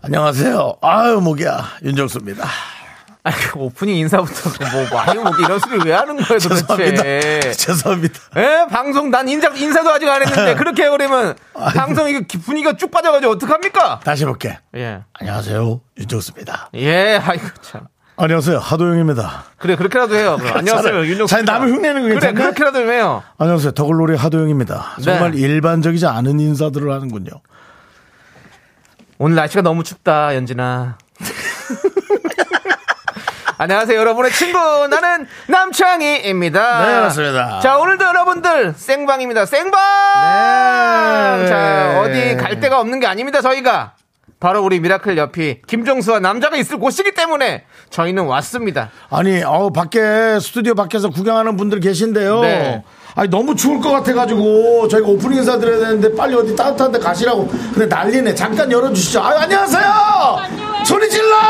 안녕하세요. 아유, 목이야. 윤정수입니다. 아니, 그 오프닝 인사부터 뭐, 뭐 아유, 뭐 이런 소리를 왜 하는 거예요, 죄송합니다. 도대체. 죄송합니다. 예, 방송 난 인사, 인사도 아직 안 했는데 그렇게 해버리면 아니. 방송 이거 기- 분위기가 쭉 빠져가지고 어떡합니까? 다시 볼게. 예. 안녕하세요. 윤정수입니다. 예, 아이고 참. 안녕하세요. 하도영입니다. 그래, 그렇게라도 해요. 그럼. 안녕하세요, 차라리- 윤정수. 차라리 남을 흉내는 거 그래, 괜찮네. 그렇게라도 해요. 안녕하세요. 더글로리 하도영입니다. 네. 정말 일반적이지 않은 인사들을 하는군요. 오늘 날씨가 너무 춥다, 연진아. 안녕하세요, 여러분의 친구. 나는 남창희입니다. 네, 맞습니다. 자, 오늘도 여러분들 생방입니다. 생방! 네. 자, 어디 갈 데가 없는 게 아닙니다, 저희가. 바로 우리 미라클 옆이 김종수와 남자가 있을 곳이기 때문에 저희는 왔습니다. 아니, 어 밖에 스튜디오 밖에서 구경하는 분들 계신데요. 네. 아니 너무 추울 것 같아가지고 저희가 오프닝 인사 드려야 되는데 빨리 어디 따뜻한 데 가시라고 근데 난리네 잠깐 열어주시죠 아유 안녕하세요 소리 질러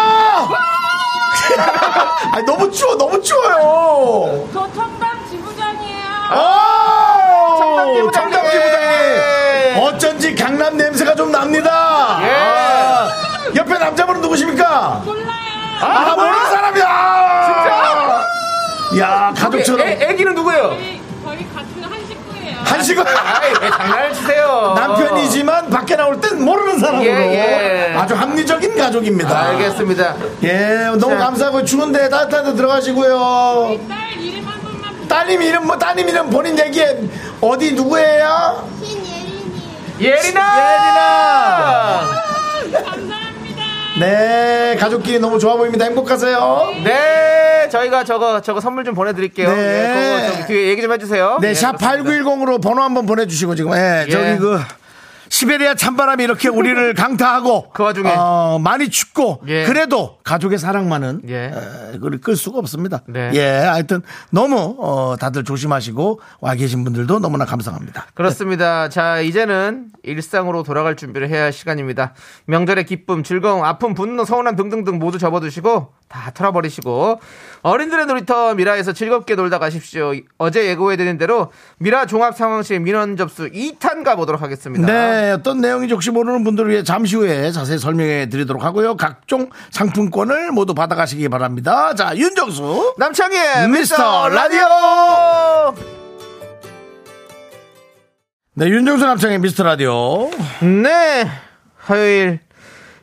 아니 너무 추워 너무 추워요 저 청담 지부장이에요. 아! 청담 청담 청담지부장님 지부장님. 어쩐지 강남 냄새가 좀 납니다 예. 아, 옆에 남자분은 누구십니까 몰라요. 아, 모르는 사람이야! 야, 가족처럼. 애, 애기는 누구예요? 저희, 저희 같은 한 식구예요. 한식은 아이, 왜 장난을 치세요? 남편이지만 밖에 나올 땐 모르는 사람으로. 예, 예. 아주 합리적인 가족입니다. 알겠습니다. 예, 너무 자. 감사하고 추운데 따뜻한 데 들어가시고요. 딸 이름 한 번만 불러. 따님 이름, 뭐, 따님 이름 본인 얘기해. 어디 누구예요? 예린아! 감사합니다. 네, 가족끼리 너무 좋아 보입니다. 행복하세요. 네, 저희가 저거 저거 선물 좀 보내드릴게요. 네. 네. 그거 저기 뒤에 얘기 좀 해주세요. 네, 예, 샵 그렇습니다. 8910으로 번호 한번 보내주시고, 지금. 예, 예. 저기 그, 시베리아 찬바람이 이렇게 우리를 강타하고. 그 와중에. 어, 많이 춥고. 예. 그래도 가족의 사랑만은. 예. 에, 그걸 끌 수가 없습니다. 네. 예, 하여튼 너무, 어, 다들 조심하시고, 와 계신 분들도 너무나 감사합니다. 그렇습니다. 자, 이제는 일상으로 돌아갈 준비를 해야 할 시간입니다. 명절의 기쁨, 즐거움, 아픔, 분노, 서운함 등등등 모두 접어두시고 다 털어버리시고 어린들의 놀이터 미라에서 즐겁게 놀다 가십시오. 어제 예고해드린 대로 미라 종합 상황실 민원 접수 2탄 가보도록 하겠습니다. 네, 어떤 내용인지 혹시 모르는 분들을 위해 잠시 후에 자세히 설명해 드리도록 하고요. 각종 상품권을 모두 받아가시기 바랍니다. 자, 윤정수. 미스터 남창희의 미스터 라디오! 네, 윤정수 남창의 미스터 라디오. 네. 화요일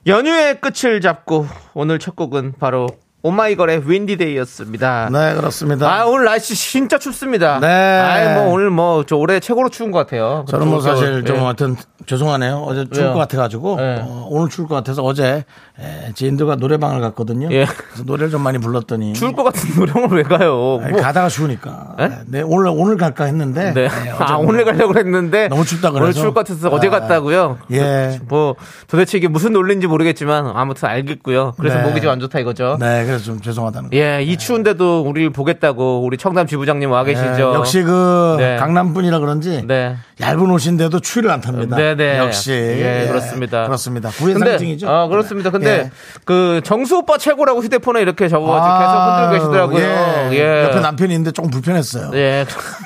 연휴의 끝을 잡고 오늘 첫 곡은 바로 오마이걸의 윈디데이였습니다. 네, 그렇습니다. 아 오늘 날씨 진짜 춥습니다. 네. 아이 뭐 오늘 뭐 저 올해 최고로 추운 것 같아요. 저는 뭐 사실 좀 예. 하여튼 죄송하네요. 어제 추울 왜요? 것 같아가지고 예. 어, 오늘 추울 것 같아서 어제 예, 지인들과 노래방을 갔거든요. 예. 그래서 노래를 좀 많이 불렀더니 추울 것 같은 노령을 왜 가요? 아니, 뭐- 가다가 추우니까 예? 네, 오늘 오늘 갈까 했는데 네. 예, 어제 아 오늘 가려고 했는데 너무 춥다 오늘 그래서. 추울 것 같아서 어제 아, 갔다고요. 예. 뭐 도대체 이게 무슨 논리인지 모르겠지만 아무튼 알겠고요. 그래서 네. 목이 좀 안 좋다 이거죠. 네, 그래서 좀 죄송하다는 거. 예, 이 추운데도 우리를 보겠다고 우리 청담 지부장님 와 계시죠. 예, 역시 그 네. 강남 분이라 그런지 네. 얇은 옷인데도 추위를 안 탑니다. 네, 네. 역시 예, 그렇습니다. 그렇습니다. 구의 근데, 상징이죠. 어, 그렇습니다. 근데 예. 그 정수 오빠 최고라고 휴대폰에 이렇게 적어가지고 아, 계속 흔들고 계시더라고요. 예. 예. 옆에 남편이 있는데 조금 불편했어요. 예.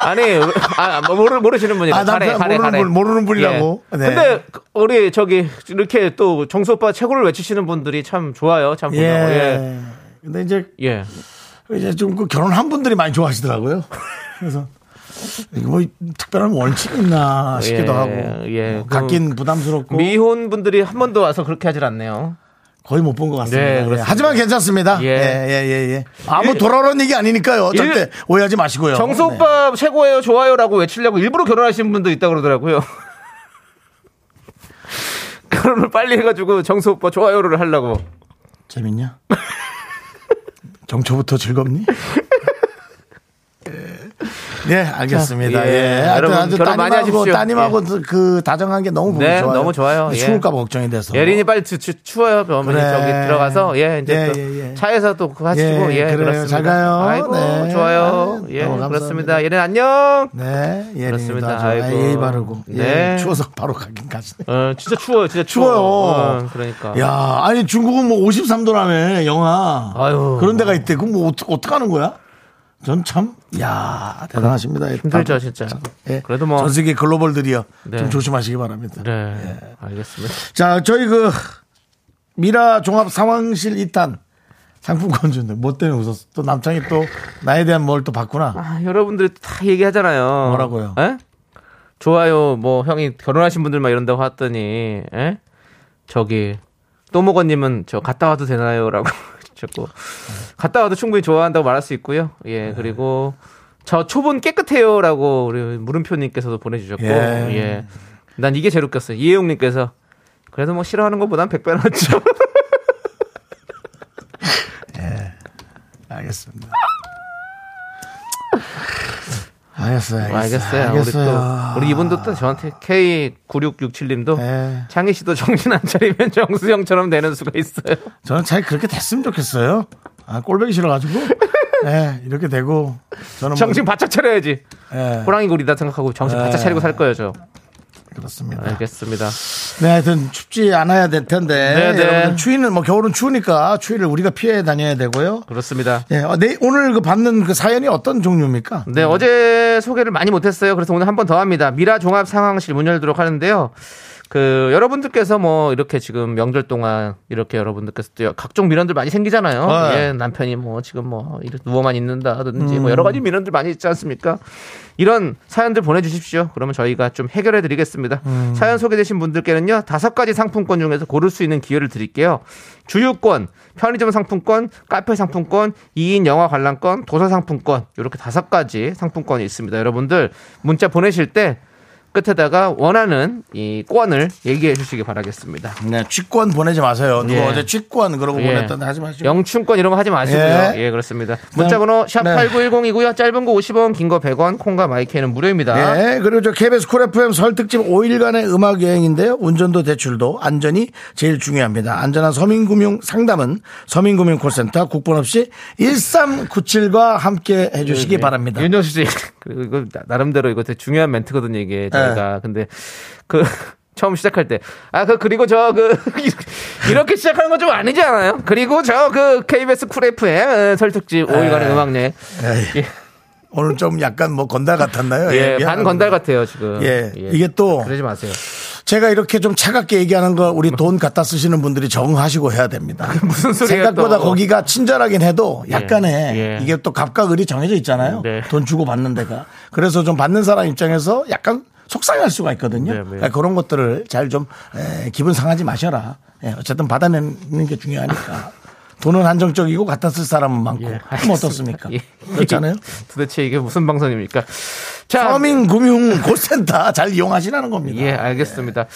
아니, 왜- 아, 뭐 모르, 모르시는 분이라. 아, 남편 모르는 분, 모르는 분이라고? 예. 네. 근데, 그- 우리, 저기, 이렇게 또, 정수 오빠 최고를 외치시는 분들이 참 좋아요. 참, 예. 보고 예. 근데 이제 예. 이제 좀그 결혼한 분들이 많이 좋아하시더라고요. 그래서 이거 뭐 특별한 원칙이 있나 싶기도 예, 하고 예. 뭐 갖긴 부담스럽고 미혼 분들이 한 번도 와서 그렇게 하질 않네요. 거의 못 본 것 같습니다. 네, 예. 그렇습니다. 하지만 괜찮습니다. 예. 예, 예, 예, 예. 아무 돌아오는 얘기 아니니까요. 일- 절대 오해하지 마시고요. 정수 네. 오빠 최고예요, 좋아요라고 외치려고 일부러 결혼하시는 분도 있다 그러더라고요. 결혼을 빨리 해가지고 정수 오빠 좋아요를 하려고. 어. 재밌냐? 정초부터 즐겁니? 예. 예, 알겠습니다. 자, 예. 예. 하여튼 여러분, 아주 결혼 많이 따님하고, 하십시오. 예. 따님하고 그 다정한 게 너무 보기 네, 좋아요. 너무 좋아요. 예. 추울까봐 걱정이 돼서. 예린이 빨리 추, 추, 추워요. 병원에 그래. 저기 들어가서 예 이제 예, 또 예, 예. 차에서 또 그거 하시고 예, 예, 그래요. 그렇습니다. 잘 가요. 아이고 네. 좋아요. 아유, 예 너무 감사합니다. 그렇습니다. 예린 안녕. 네, 예린이도 그렇습니다. 아주 아이, 아이고. 예의 바르고. 예, 네. 추워서 바로 가긴 가시 어 진짜 추워요. 진짜 추워. 추워요. 어, 그러니까. 야, 아니 중국은 뭐 53도라며 영하. 아유. 그런 데가 있대. 그럼 뭐 어떻게 어떻게 하는 거야? 전 참, 야 대단하십니다. 힘들죠, 진짜. 예. 그래도 뭐- 전 세계 글로벌들이요. 좀 네. 조심하시기 바랍니다. 네. 예. 알겠습니다. 자, 저희 그 미라 종합 상황실 2탄 상품권 준대. 뭐 때문에 웃었어? 또 남창이 또 나에 대한 뭘 또 봤구나. 아, 여러분들이 다 얘기하잖아요. 뭐라고요? 예? 좋아요. 뭐 형이 결혼하신 분들 막 이런다고 하더니 예? 저기 또모건님은 저 갔다 와도 되나요?라고 자꾸 갔다 와도 충분히 좋아한다고 말할 수 있고요. 네. 예 그리고 저 초본 깨끗해요라고 우리 물음표님께서도 보내주셨고 예. 예. 난 이게 제일 웃겼어요. 이혜용님께서 그래도 뭐 싫어하는 것보단 백배 낫죠. 알겠습니다. 알겠어요. 알겠어요. 아, 아, 알겠어요. 우리 또 우리 이분도 또 저한테 K9667님도 예. 창희 씨도 정신 안 차리면 정수영처럼 되는 수가 있어요. 저는 차라리 그렇게 됐으면 좋겠어요. 아, 꼴보기 싫어가지고. 예, 이렇게 되고. 저는 뭐- 정신 바짝 차려야지. 예, 호랑이 고리다 생각하고 정신 바짝 차리고 살 거예요, 저. 그렇습니다. 아, 알겠습니다. 네, 하여튼 춥지 않아야 될 텐데. 네, 네. 여러분들 추위는 뭐 겨울은 추우니까 추위를 우리가 피해 다녀야 되고요. 그렇습니다. 예, 어, 네, 오늘 그 받는 그 사연이 어떤 종류입니까? 네, 어제 소개를 많이 못했어요. 그래서 오늘 한 번 더 합니다. 미라 종합 상황실 문 열도록 하는데요. 그 여러분들께서 뭐 이렇게 지금 명절 동안 이렇게 여러분들께서 또 각종 미련들 많이 생기잖아요. 네. 예, 남편이 뭐 지금 뭐 이렇게 누워만 있는다든지 뭐 여러 가지 미련들 많이 있지 않습니까? 이런 사연들 보내주십시오. 그러면 저희가 좀 해결해드리겠습니다. 음. 사연 소개되신 분들께는요 다섯 가지 상품권 중에서 고를 수 있는 기회를 드릴게요. 주유권, 편의점 상품권, 카페 상품권, 2인 영화 관람권, 도서 상품권 이렇게 다섯 가지 상품권이 있습니다. 여러분들 문자 보내실 때 끝에다가 원하는 이 권을 얘기해 주시기 바라겠습니다. 네, 취권 보내지 마세요. 누가 예. 어제 취권 그러고 예. 보냈던데 하지 마시고. 영춘권 이런 거 하지 마시고요. 예. 예, 그렇습니다. 문자번호 샵 네. 8910이고요. 짧은 거 50원, 긴 거 100원, 콩과 마이크는 무료입니다. 네, 그리고 저 KBS 쿨 FM 설 특집 5일간의 음악 여행인데요. 운전도 대출도 안전이 제일 중요합니다. 안전한 서민금융 상담은 서민금융 콜센터 국번 없이 1397과 함께 해주시기 네, 바랍니다. 윤정수 씨, 그리고 이거 나- 나름대로 이거 되게 중요한 멘트거든요, 네. 이게 저희가. 근데 그 처음 시작할 때, 아, 그 그리고 저 그 이렇게 시작하는 건 좀 아니지 않아요? 그리고 저 그 KBS 쿨 FM 설특집 네. 5일간의 음악 여행, 에이, 예. 오늘 좀 약간 뭐 건달 같았나요? 예, 미안합니다. 반 건달 같아요 지금. 예, 이게 또 그러지 마세요. 제가 이렇게 좀 차갑게 얘기하는 거 우리 돈 갖다 쓰시는 분들이 정하시고 해야 됩니다. 무슨 소리예요, 생각보다 또. 거기가 친절하긴 해도 약간의 예. 이게 또 값과 을이 정해져 있잖아요. 네. 돈 주고 받는 데가. 그래서 좀 받는 사람 입장에서 약간 속상할 수가 있거든요. 네, 네. 그러니까 그런 것들을 잘 좀 기분 상하지 마셔라. 예, 어쨌든 받아내는 게 중요하니까. 돈은 한정적이고 갖다 쓸 사람은 많고. 예, 그럼 어떻습니까? 예. 그렇잖아요. 도대체 이게 무슨 방송입니까? 자, 네. 서민금융 골센터 잘 이용하시라는 겁니다. 예, 알겠습니다.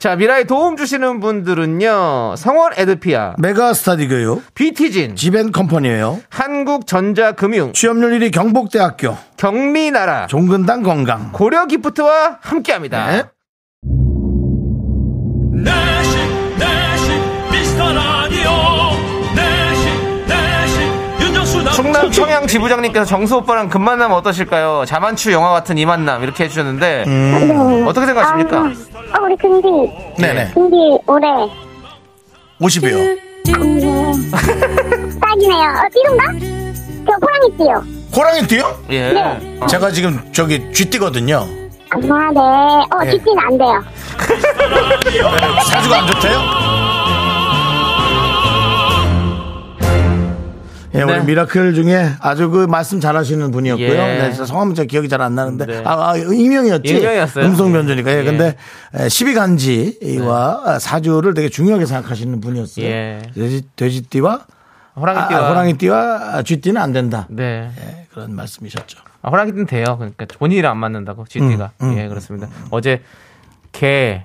자, 미라에 도움 주시는 분들은요. 성원 에드피아, 메가스타디교육, BT진, 지벤컴퍼니예요 한국전자금융, 취업률 1위 경북대학교 경미나라, 종근당 건강 고려기프트와 함께합니다. 네. 내식 내식 미스터라디오 내식 내식 윤정수 충남 남창희 청양 지부장님께서 정수 오빠랑 금만남 어떠실까요? 자만추 영화 같은 이 만남 이렇게 해주셨는데 음. 어떻게 생각하십니까? 아, 우리 금디, 네네 예. 금디 올해 50이요 딱이네요. 어, 띠동가? 저 호랑이 띠요. 호랑이 띠요? 예. 제가 지금 저기 쥐띠거든요 아, 네. 어, 쥐띠는 안 돼요. 사주가 안 좋대요? 예, 우리 네. 미라클 중에 아주 그 말씀 잘하시는 분이었고요. 예. 네, 진짜 성함은 제가 기억이 잘 안 나는데 네. 아, 아, 익명이었지. 익명이었어요. 음성 변조니까. 예, 예. 네. 근데 에, 시비간지와 아, 사주를 되게 중요하게 생각하시는 분이었어요. 예. 돼지, 돼지띠와 호랑이띠와 아, 호랑이띠와 쥐띠는 안 된다. 네. 예, 그런 말씀이셨죠. 아, 호랑이는 돼요. 그러니까 본인이랑 음, 안 맞는다고 GT가. 예, 그렇습니다. 어제 개,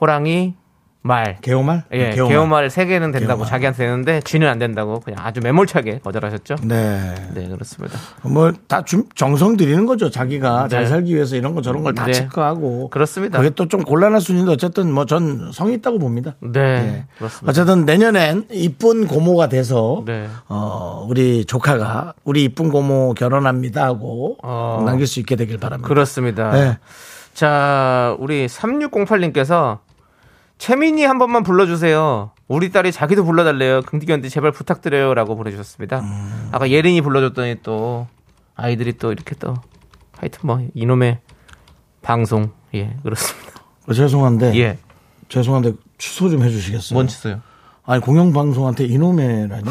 호랑이, 말. 개오말? 예, 개오말. 개오말 세개는 된다고 개오말. 자기한테 되는데 쥐는 안 된다고 그냥 아주 매몰차게 거절하셨죠? 네. 네, 그렇습니다. 뭐다 정성 들이는 거죠. 자기가 네. 잘 살기 위해서 이런 거 저런 걸 다 네. 체크하고. 그렇습니다. 그게 또 좀 곤란할 수 있는데 어쨌든 뭐 전 성의 있다고 봅니다. 네, 예. 그렇습니다. 어쨌든 내년엔 이쁜 고모가 돼서 네. 어, 우리 조카가 우리 이쁜 고모 결혼합니다 하고 어. 남길 수 있게 되길 바랍니다. 그렇습니다. 네. 자, 우리 3608님께서 최민희 한 번만 불러주세요. 우리 딸이 자기도 불러달래요. 긍디견디 제발 부탁드려요. 라고 보내주셨습니다. 아까 예린이 불러줬더니 또 아이들이 또 이렇게 또 하여튼 뭐 이놈의 방송. 예, 그렇습니다. 어, 죄송한데 예. 죄송한데 취소 좀 해주시겠어요? 뭔 짓어요? 아니 공영방송한테 이놈의라니.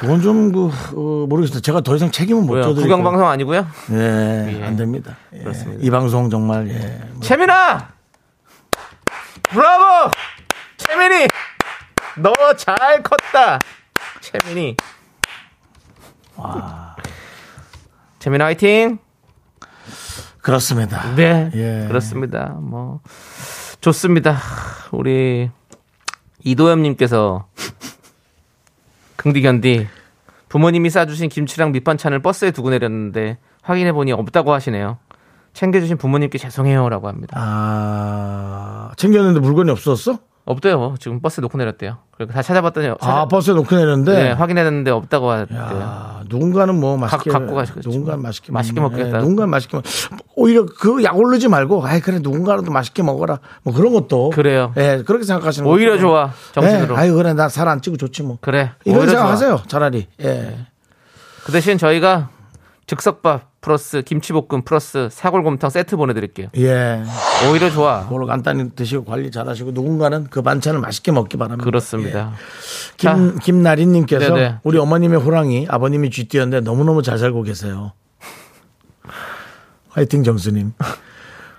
그건 좀그 모르겠어요. 제가 더 이상 책임은 못 뭐야? 져드릴 구경방송 아니고요? 예, 예. 안 됩니다. 예, 그렇습니다. 이 방송 정말 예. 채민아! 브라보! 채민이! 너 잘 컸다! 채민이. 채민아 화이팅! 그렇습니다. 네. 예. 그렇습니다. 뭐, 좋습니다. 우리, 이도현님께서, 긍디견디, 부모님이 싸주신 김치랑 밑반찬을 버스에 두고 내렸는데, 확인해보니 없다고 하시네요. 챙겨주신 부모님께 죄송해요. 라고 합니다. 아 챙겼는데 물건이 없었어? 없대요. 지금 버스 놓고 내렸대요. 그리고 다 찾아봤더니 찾아- 아 버스에 놓고 내렸는데. 네, 확인했는데 없다고 하대요. 야, 누군가는 뭐 맛있게 예. 갖고 가시겠죠. 누군가는 맛있게 맛있게 먹네. 먹겠다. 예, 누군가는 맛있게 먹. 오히려 그 약올르지 말고, 아이 그래 누군가라도 맛있게 먹어라. 뭐 그런 것도 그래요. 예, 그렇게 생각하시는 오히려 것도. 좋아. 정신으로. 예, 아이 그래 나 살 안 찌고 좋지 뭐. 그래. 이런 오히려 좋아. 생각하세요. 차라리. 예. 그 대신 저희가 즉석밥 플러스 김치볶음 플러스 사골곰탕 세트 보내드릴게요. 예. 오히려 좋아. 그걸로 간단히 드시고 관리 잘하시고 누군가는 그 반찬을 맛있게 먹기 바랍니다. 그렇습니다. 예. 김 김나리님께서 네네. 우리 어머님의 호랑이, 아버님이 쥐띠였는데 너무 너무 잘 살고 계세요. 화이팅 정수님.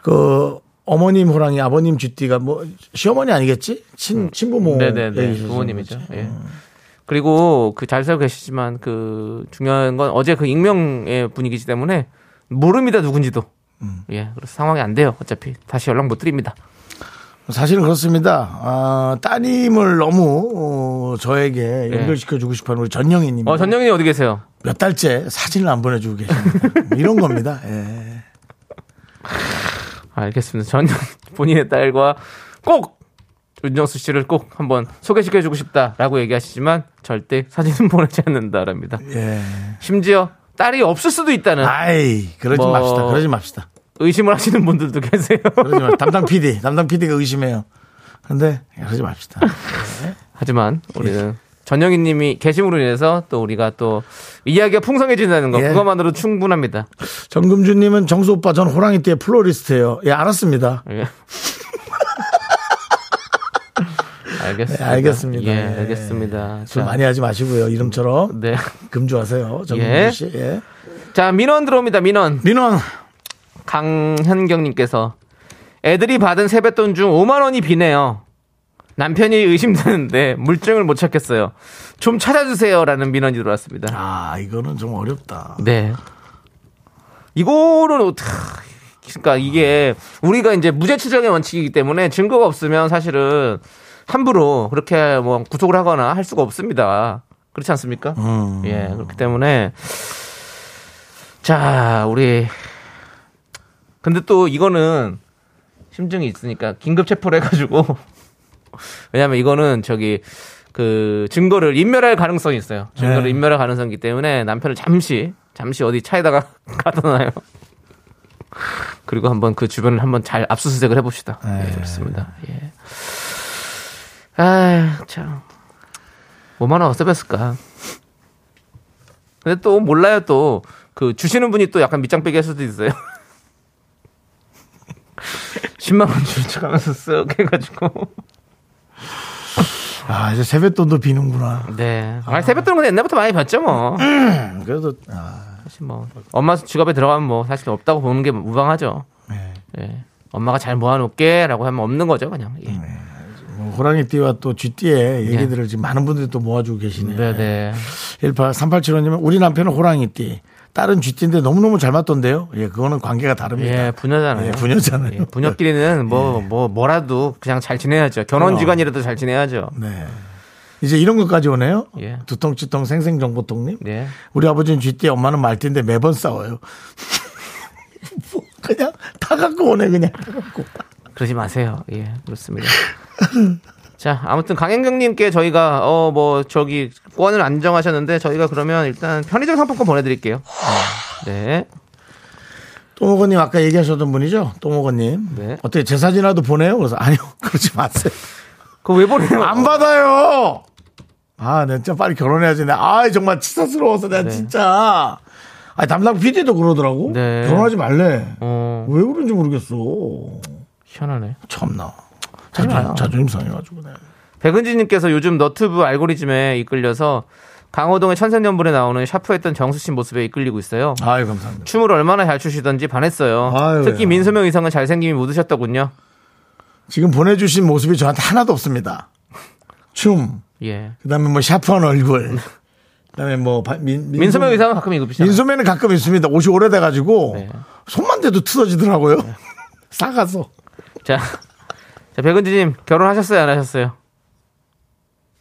그 어머님 호랑이, 아버님 쥐띠가 뭐 시어머니 아니겠지? 친 친부모 음. 네네네. 얘기셔서 부모님이죠. 그렇지. 예. 그리고 그 잘 살고 계시지만 그 중요한 건 어제 그 익명의 분위기이기 때문에 모릅니다 누군지도. 음. 예, 그래서 상황이 안 돼요. 어차피 다시 연락 못 드립니다. 사실은 그렇습니다. 아, 따님을 너무 어, 저에게 연결시켜 주고 싶어하는 우리 전영희님. 네. 어, 전영이 어디 계세요? 몇 달째 사진을 안 보내주고 계십니다. 뭐 이런 겁니다. 예. 알겠습니다. 저는 본인의 딸과 꼭 윤정수 씨를 꼭 한번 소개시켜주고 싶다라고 얘기하시지만 절대 사진은 보내지 않는다랍니다. 예. 심지어 딸이 없을 수도 있다는 아이, 그러지 뭐- 맙시다. 그러지 맙시다. 의심을 하시는 분들도 계세요. 그러지 마. 담당 PD, 담당 PD가 의심해요. 근데 그러지 맙시다. 하지만 예. 우리는 전영희님이 게시물로 인해서 또 우리가 또 이야기가 풍성해진다는 거 예. 그것만으로 충분합니다. 정금주님은 정수 오빠 전 호랑이 띠의 플로리스트예요. 예, 알았습니다. 예. 알겠습니다. 네, 알겠습니다. 예, 예. 알겠습니다. 술 자, 많이 하지 마시고요. 이름처럼 네. 금주하세요. 예. 정금주 씨. 예. 자 민원 들어옵니다. 민원. 민원 강현경님께서 애들이 받은 세뱃돈 중 5만 원이 비네요. 남편이 의심되는데 물증을 못 찾겠어요. 좀 찾아주세요라는 민원이 들어왔습니다. 아, 이거는 좀 어렵다. 네. 이거는 어떻게 그러니까 이게 우리가 이제 무죄 추정의 원칙이기 때문에 증거가 없으면 사실은 함부로 그렇게 뭐 구속을 하거나 할 수가 없습니다. 그렇지 않습니까? 음. 예, 그렇기 때문에 자, 우리 근데 또 이거는 심증이 있으니까 긴급 체포를 해 가지고 왜냐면 이거는 저기 그 증거를 인멸할 가능성이 있어요. 증거를 네. 인멸할 가능성이기 때문에 남편을 잠시 잠시 어디 차에다가 가둬 놔요. 그리고 한번 그 주변을 한번 잘 압수수색을 해 봅시다. 예, 네. 좋습니다. 예. 아, 참. 5만 원 어디서 뺐을까? 근데 또 몰라요 또 그 주시는 분이 또 약간 밑장 빼기 할 수도 있어요. 10만 원 주는 척하면서 쓱 해가지고. 아, 이제 세뱃돈도 비는구나. 네. 아, 세뱃돈은 근데 옛날부터 많이 받죠 뭐. 그래도 아, 사실 뭐 엄마 지갑에 들어가면 뭐 사실 없다고 보는 게 무방하죠. 네. 예. 엄마가 잘 모아놓을게라고 하면 없는 거죠 그냥. 예. 뭐 호랑이 띠와 또 쥐띠의 얘기들을 지금 많은 분들이 또 모아주고 계시네요. 네, 네. 18387호님은 우리 남편은 호랑이띠, 다른 쥐띠인데 너무너무 잘 맞던데요. 예, 그거는 관계가 다릅니다. 예, 부녀잖아요. 예, 부녀잖아요. 예, 부녀끼리는 뭐, 뭐, 뭐라도 그냥 잘 지내야죠. 결혼기관이라도 잘 지내야죠. 네. 이제 이런 것까지 오네요. 예. 두통치통 생생정보통님. 예. 우리 아버지는 쥐띠, 엄마는 말띠인데 매번 싸워요. 뭐 그냥 다 갖고 오네 그냥. 다 갖고. 그러지 마세요. 예, 그렇습니다. 자, 아무튼 강행경님께 저희가, 어, 뭐, 저기, 권을 안 정하셨는데 저희가 그러면 일단 편의점 상품권 보내드릴게요. 네. 또모건님 아까 얘기하셨던 분이죠. 또모건님. 네. 어떻게 제 사진이라도 보내요? 그래서 아니요 그러지 마세요. 그거 왜 보내요? 안 받아요. 아, 내 진짜 빨리 결혼해야지. 아, 정말 치사스러워서 내가 네. 진짜. 아, 담당 PD도 그러더라고. 네. 결혼하지 말래. 어, 왜 그런지 모르겠어. 희한하네. 참나. 자존, 자존심 상해가지고. 네. 백은지님께서 요즘 너튜브 알고리즘에 이끌려서 강호동의 천생연분에 나오는 샤프했던 정수 씨 모습에 이끌리고 있어요. 아유, 감사합니다. 춤을 얼마나 잘 추시던지 반했어요. 아유, 특히 예. 민소명 이상은 잘생김이 묻으셨더군요. 지금 보내주신 모습이 저한테 하나도 없습니다. 춤, 예. 그 다음에 뭐 샤프한 얼굴, 그 다음에 뭐, 바- 민, 민- 민소명 이상은 가끔 입으시잖아요. 민소매는 가끔 있습니다. 옷이 오래돼가지고, 네. 손만 대도 틀어지더라고요. 싸가서. 자, 자 백은지님 결혼하셨어요 안 하셨어요?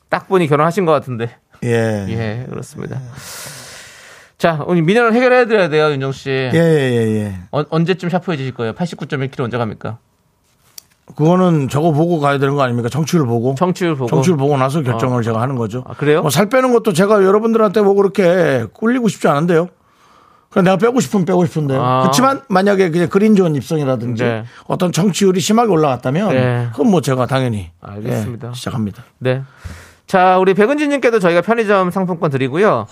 딱 보니 결혼하신 것 같은데. 예. 예, 그렇습니다. 자, 오늘 미녀를 해결해 드려야 돼요, 윤정 씨. 예, 예, 예, 예. 언- 언제쯤 샤프해지실 거예요? 89.1kg 언제 갑니까? 그거는 저거 보고 가야 되는 거 아닙니까? 정치율 보고. 청취율 보고. 정치율 보고 나서 결정을 제가 하는 거죠. 아, 그래요? 뭐살 빼는 것도 제가 여러분들한테 뭐 그렇게 꿀리고 싶지 않은데요. 그냥 내가 빼고 싶으면 빼고 싶은데. 아. 요 그렇지만 만약에 그냥 그린존 입성이라든지 네. 어떤 정치율이 심하게 올라갔다면 네. 그건 뭐 제가 당연히 알겠습니다. 예, 시작합니다. 네. 자, 우리 백은진님께도 저희가 편의점 상품권 드리고요.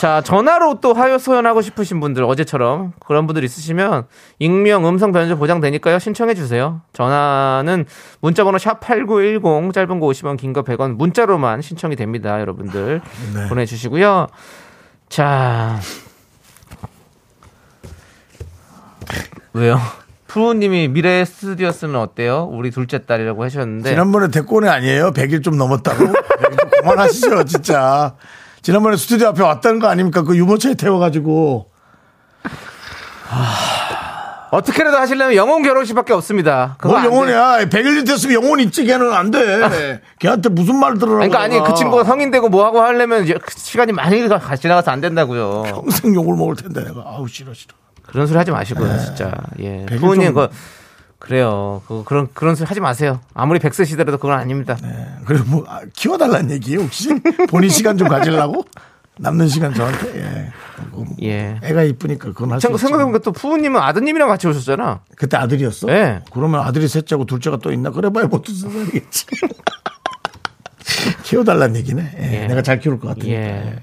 자, 전화로 또 하여 소연하고 싶으신 분들, 어제처럼 그런 분들 있으시면 익명 음성 변조 보장되니까요. 신청해 주세요. 전화는 문자번호 샵8910, 짧은 거 50원, 긴 거 100원, 문자로만 신청이 됩니다. 여러분들 네. 보내주시고요. 자. 왜요? 프로님이 미래의 스튜디오 쓰면 어때요? 우리 둘째 딸이라고 하셨는데. 지난번에 대권이 아니에요. 100일 좀 넘었다고. 100일 좀 그만하시죠, 진짜. 지난번에 스튜디오 앞에 왔다는 거 아닙니까? 그 유모차에 태워가지고. 어떻게라도 하시려면 영혼 결혼식밖에 없습니다. 그거 뭘 안 돼. 영혼이야. 100일 됐으면 영혼 있지, 걔는 안 돼. 걔한테 무슨 말을 들으라고. 아니, 그러니까 아니 내가. 그 친구가 성인 되고 뭐 하고 하려면 이제 그 시간이 많이 가- 가- 지나가서 안 된다고요. 평생 욕을 먹을 텐데 내가 아우 싫어 싫어. 그런 소리 하지 마시고요, 진짜. 예. 백일 부모님 네. 좀- 그 그래요. 그 그런 그런 소리 하지 마세요. 아무리 백세 시대라도 그건 아닙니다. 예, 그리고 뭐 아, 키워달라는 얘기예요 혹시 본인 시간 좀 가지려고 남는 시간 저한테. 예. 그거 뭐 예. 애가 이쁘니까 그건 할수 참 있지. 생각해보니까 또 부모님은 아드님이랑 같이 오셨잖아. 그때 아들이었어. 예. 그러면 아들이 셋째고 둘째가 또 있나 그래봐야 뭐두 살이겠지. 키워달라는 얘기네. 예, 예. 내가 잘 키울 것 같으니까. 예.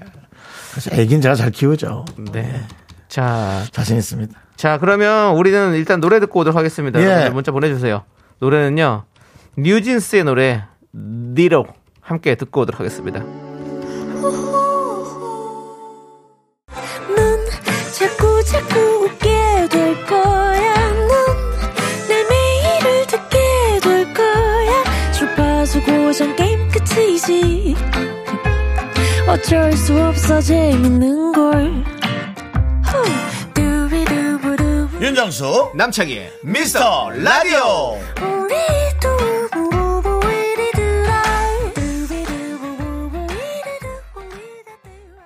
그래서 애긴 제가 잘 키우죠. 네. 자, 자신 있습니다. 자 그러면 우리는 일단 노래 듣고 오도록 하겠습니다. 예. 여러분들 문자 보내주세요. 노래는요 뉴진스의 노래 니로 함께 듣고 오도록 하겠습니다. 넌 자꾸 자꾸 웃게 될 거야. 넌내 매일을 듣게 될 거야. 주파수 고정 게임 끝이지. 어쩔 수 없어 재밌는 걸. 후. 두비두부두. 윤정수 남창희 미스터 라디오. 우리 두부부부 우리 두라. 두비두부부부 우리 두부 우리 두라.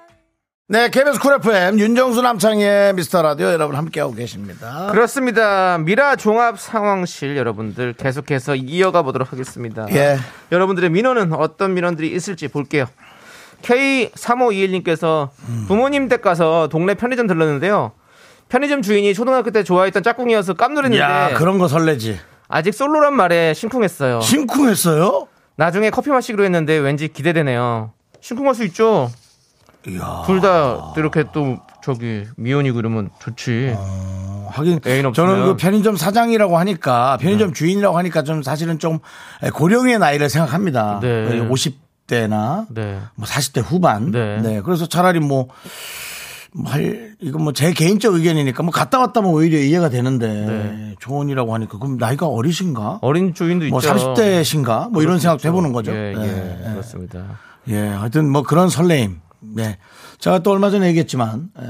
네, KBS 쿨 FM 윤정수 남창희의 미스터 라디오 여러분 함께하고 계십니다. 그렇습니다. 미라 종합 상황실 여러분들 계속해서 이어가 보도록 하겠습니다. 예. 여러분들의 민원은 어떤 민원들이 있을지 볼게요. K3521님께서 음. 부모님 댁 가서 동네 편의점 들렀는데요. 편의점 주인이 초등학교 때 좋아했던 짝꿍이어서 깜놀했는데 예. 야, 그런 거 설레지. 아직 솔로란 말에 심쿵했어요. 심쿵했어요? 나중에 커피 마시기로 했는데 왠지 기대되네요. 심쿵할 수 있죠. 이야. 둘 아. 다 이렇게 또 저기 미혼이고 이러면 좋지. 아. 하긴 애인 없으면. 네. 저는 그 편의점 사장이라고 하니까 편의점 주인이라고 하니까 좀 사실은 좀 고령의 나이를 생각합니다. 네. 50대나 네. 뭐 40대 후반. 네. 네. 그래서 차라리 뭐, 뭐 할, 이건 뭐 제 개인적 의견이니까 뭐 갔다 왔다면 오히려 이해가 되는데 네. 조언이라고 하니까 그럼 나이가 어리신가? 어린 주인도 뭐 있죠. 30대신가? 뭐 이런 생각도 해보는 거죠. 예, 예, 예, 그렇습니다. 예. 하여튼 뭐 그런 설레임. 네. 제가 또 얼마 전에 얘기했지만, 에,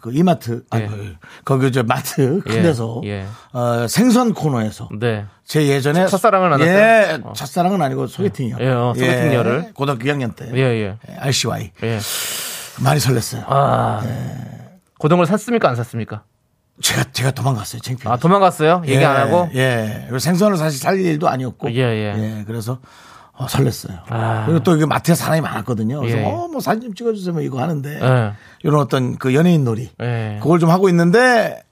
그 이마트, 아, 예. 그, 거기 저 마트 큰 예, 데서, 예. 어, 생선 코너에서 네. 제 예전에. 첫사랑을 만났어요? 예, 어. 첫사랑은 아니고 소개팅이요. 예, 어, 소개팅녀를. 예, 고등학교 2학년 때. 예, 예. RCY. 예. 많이 설렜어요. 아. 고등어를 샀습니까? 안 샀습니까? 제가, 제가 도망갔어요. 창피해. 아, 도망갔어요? 얘기 안 하고? 예. 그리고 생선을 사실 살릴 일도 아니었고. 예, 예. 그래서 어, 설렜어요. 아. 그리고 또 이게 마트에 사람이 많았거든요. 그래서 예, 예. 어, 뭐 사진 좀 찍어주세요. 뭐 이거 하는데. 예. 이런 어떤 그 연예인 놀이. 예. 그걸 좀 하고 있는데,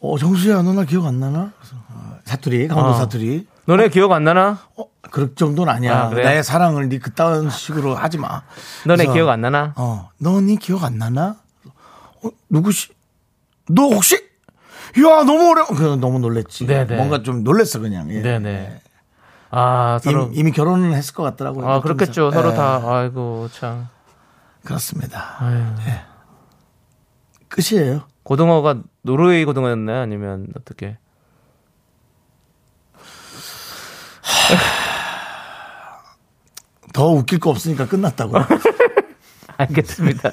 어, 정수야, 너 나 기억 안 나나? 그래서, 어, 사투리, 강원도 어. 사투리. 너네 기억 안 나나? 어, 그럴 정도는 아니야. 아, 그래요? 나의 사랑을 네 그딴 식으로 하지 마. 너네 그래서, 기억 안 나나? 어, 너네 기억 안 나나? 어, 누구시? 너 혹시? 야, 너무 오래. 그 너무 놀랬지. 네네. 뭔가 좀 놀랬어 그냥. 예. 네네. 아, 서로. 이미, 이미 결혼은 했을 것 같더라고요. 아, 그렇겠죠. 서로 예, 다. 아이고, 참. 그렇습니다. 아유. 끝이에요. 고등어가 노르웨이 고등어였나요? 아니면 어떻게? 더 웃길 거 없으니까 끝났다고. 알겠습니다.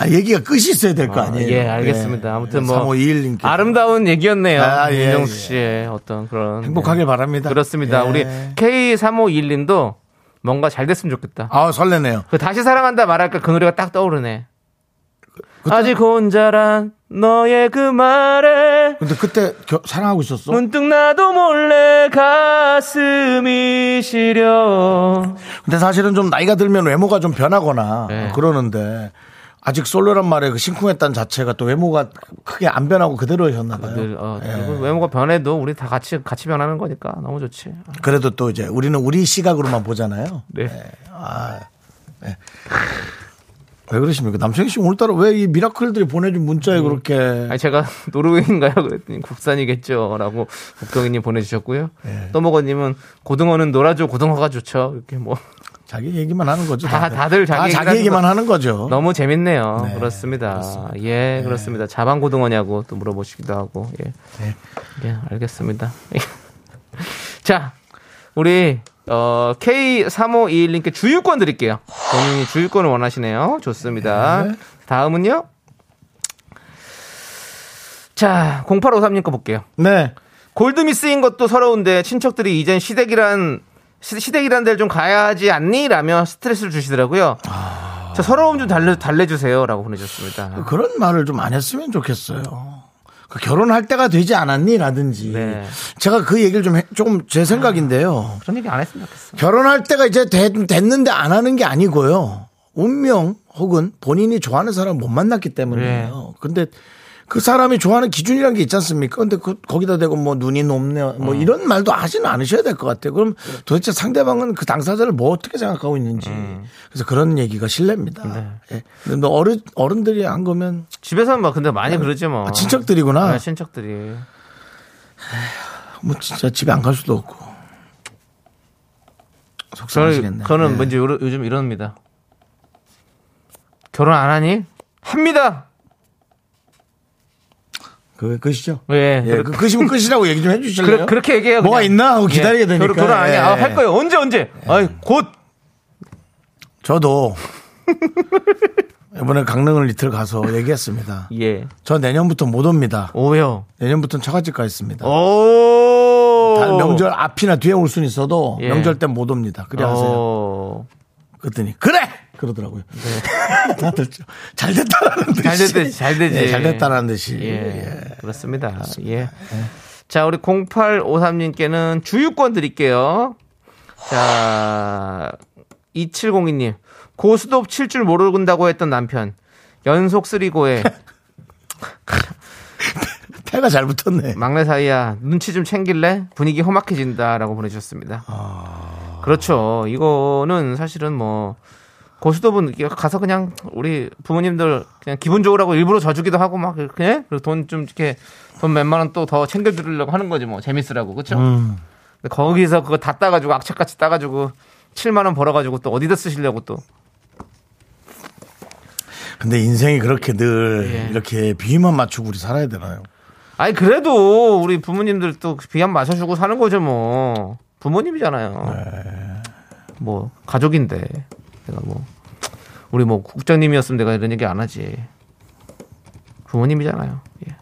아, 얘기가 끝이 있어야 될 거 아니에요. 예, 알겠습니다. 아무튼 뭐 3521님께 아름다운 얘기였네요. 아, 예, 윤정수 예. 씨의 어떤 그런 행복하길 예. 바랍니다. 그렇습니다. 예. 우리 K3521님도 뭔가 잘 됐으면 좋겠다. 아, 설레네요. 그 다시 사랑한다 말할까 그 노래가 딱 떠오르네. 아직 혼자란 너의 그 말에 근데 그때 겨- 사랑하고 있었어? 문득 나도 몰래 가슴이 시려. 근데 사실은 좀 나이가 들면 외모가 좀 변하거나 네. 그러는데 아직 솔로란 말에 그 심쿵했다는 자체가 또 외모가 크게 안 변하고 그대로였나 봐요. 예. 늘, 어, 그리고 외모가 변해도 우리 다 같이 같이 변하는 거니까 너무 좋지. 그래도 또 이제 우리는 우리 시각으로만 보잖아요. 네. 왜 그러십니까? 남성희 씨 오늘따라 왜 이 미라클들이 보내준 문자에 그렇게 음. 아니 제가 노르웨이인가요? 그랬더니 국산이겠죠라고 국경이님 보내주셨고요. 또먹어님은 고등어는 놀아줘 고등어가 좋죠. 이렇게 뭐 자기 얘기만 하는 거죠. 다- 다들. 다들 자기 다 얘기를 자기 얘기만 하는 하는 거죠. 너무 그렇죠. 재밌네요. 네, 그렇습니다. 예, 그렇습니다. 자반 고등어냐고 또 물어보시기도 하고 예, 네. 예, 알겠습니다. 자, 우리 어, K3521님께 주유권 드릴게요. 본인이 주유권을 원하시네요. 좋습니다. 다음은요. 자, 0853님 거 볼게요. 네. 골드미스인 것도 서러운데 친척들이 이젠 시댁이란 시, 댁이란 데를 좀 가야 하지 않니? 라며 스트레스를 주시더라고요. 저 서러움 좀 달래, 달래주세요. 라고 보내주셨습니다. 아. 그런 말을 좀 안 했으면 좋겠어요. 그 결혼할 때가 되지 않았니? 라든지. 네. 제가 그 얘기를 좀, 해- 조금 제 생각인데요. 그런 얘기 안 했으면 좋겠어. 결혼할 때가 이제 됐, 는데안 하는 게 아니고요. 운명 혹은 본인이 좋아하는 사람 못 만났기 때문이에요. 근데 그 사람이 좋아하는 기준이란 게 있지 않습니까? 근데 그, 거기다 대고 뭐 눈이 높네요. 뭐 이런 말도 하지는 않으셔야 될 것 같아요. 그럼 도대체 상대방은 그 당사자를 뭐 어떻게 생각하고 있는지. 그래서 그런 얘기가 실례입니다. 예. 근데 너 어른, 어른들이 한 거면 집에서는 막 근데 많이 그러지 뭐. 아, 친척들이구나. 네, 친척들이. 뭐 진짜 집에 안 갈 수도 없고. 저는, 속상하시겠네. 저는 뭐- 예. 뭔지 요러- 요즘 이럽니다. 결혼 안 하니? 합니다! 그, 끝이죠. 예. 예, 그, 끝이면 끝이라고 얘기 좀 해주실래요? 그렇게 얘기해요. 뭐가 그냥. 있나 하고 예, 기다리게 되니까. 결혼, 결혼 안 하니? 예. 아, 할 거예요. 언제, 언제? 아이, 곧! 저도 이번에 강릉을 이틀 가서 얘기했습니다. 예. 저 내년부터 못 옵니다. 오요. 내년부터는 처갓집 가 있습니다. 오! 단 아. 명절 앞이나 뒤에 올 수는 있어도 예. 명절 때 못 옵니다. 그래 하세요. 어. 그랬더니 그래 그러더라고요. 다들 잘 됐다라는 듯이 네. 잘 됐지, 잘 되지. 예, 잘 됐다라는 듯이 예. 예. 그렇습니다. 예. 자, 우리 0853님께는 주유권 드릴게요. 자, 2702님. 고스톱 칠 줄 모르는다고 했던 남편. 연속 쓰리고에 패가 잘 붙었네. 막내 사이야 눈치 좀 챙길래 분위기 험악해진다라고 보내주셨습니다. 그렇죠. 이거는 사실은 뭐 고스톱은 가서 그냥 우리 부모님들 그냥 기분 좋으라고 일부러 져주기도 하고 막 이렇게 예? 그리고 돈 좀 이렇게 돈 몇만 원 또 더 챙겨드리려고 하는 거지 뭐 재밌으라고 그렇죠. 근데 거기서 그거 다 따가지고 악착같이 따가지고 7만 원 벌어가지고 또 어디다 쓰시려고 또 근데 인생이 그렇게 늘 예. 이렇게 비위만 맞추고 우리 살아야 되나요? 아니 그래도 우리 부모님들 또 비한 맞춰주고 사는 거죠 뭐 부모님이잖아요. 뭐 가족인데 내가 뭐 우리 뭐 국장님이었으면 내가 이런 얘기 안 하지. 부모님이잖아요. 예.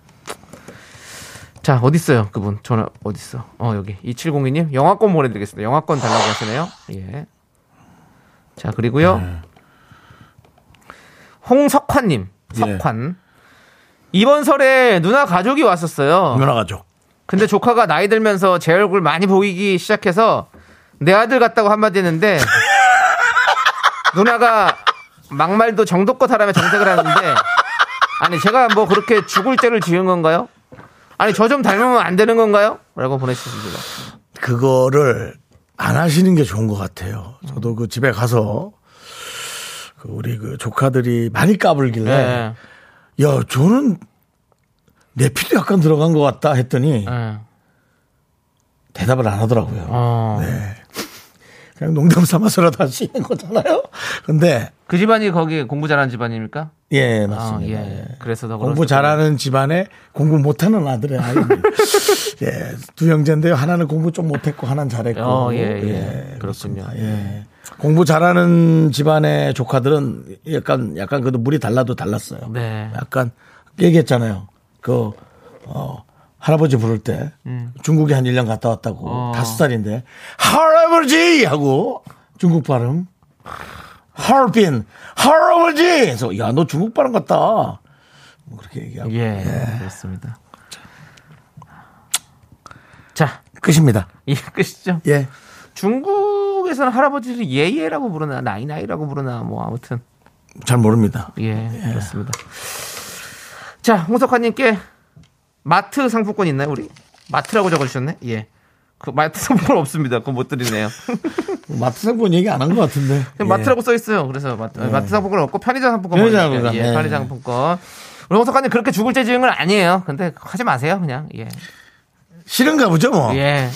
자, 어디 있어요? 그분 전화 어디 있어? 어, 여기. 2702님 영화권 보내 드리겠습니다. 영화권 달라고 하시네요. 예. 자, 그리고요. 홍석환 님. 석환. 이번 설에 누나 가족이 왔었어요. 누나 가족. 근데 조카가 나이 들면서 제 얼굴 많이 보이기 시작해서 내 아들 같다고 한마디 했는데 누나가 막말도 정도껏 하라며 정색을 하는데 아니 제가 뭐 그렇게 죽을 죄를 지은 건가요? 아니 저 좀 닮으면 안 되는 건가요? 라고 보내주셨습니다. 그거를 안 하시는 게 좋은 것 같아요. 저도 그 집에 가서 그 우리 그 조카들이 많이 까불길래 예. 야 저는 내 피도 약간 들어간 것 같다 했더니 예. 대답을 안 하더라고요. 어. 네. 그냥 농담 삼아서라도 할 수 있는 거잖아요. 근데 그 집안이 거기 공부 잘하는 집안입니까? 예 아, 맞습니다. 예. 그래서 더 공부 그러셨구나. 잘하는 집안에 공부 못하는 아들의 아이. 예, 두 형제인데요. 하나는 공부 좀 못했고 하나는 잘했고. 어, 예, 예. 그렇군요. 그렇습니다. 예. 공부 잘하는 집안의 조카들은 약간 약간 그래도 물이 달라도 달랐어요. 네. 약간 얘기했잖아요. 그 어, 할아버지 부를 때 음. 중국에 한 1년 갔다 어. 왔다고 다섯 살인데 할아버지 하고 중국 발음 하얼빈 할아버지 그래서 야 너 중국 발음 같다 뭐 그렇게 얘기하고 예. 그렇습니다. 자, 끝입니다. 이 끝이죠. 예. 중국에서는 할아버지를 예예라고 부르나 나이나이라고 부르나 뭐 아무튼 잘 모릅니다. 예, 그렇습니다. 자 홍석환님께 마트 상품권 있나요 우리 마트라고 적어주셨네. 예, 그 마트 상품권 없습니다. 그건 못 드리네요. 마트 상권 얘기 안 한 것 같은데. 그냥 마트라고 써 있어요. 그래서 마트, 마트 상품권 없고 편의점 상품권 예. 편의점 보내드릴게요. 상품권, 예, 네. 편의점 상품권. 우리 홍석환님 그렇게 죽을 죄 지은 건 아니에요. 근데 하지 마세요 그냥 예, 싫은가 보죠 뭐. 예.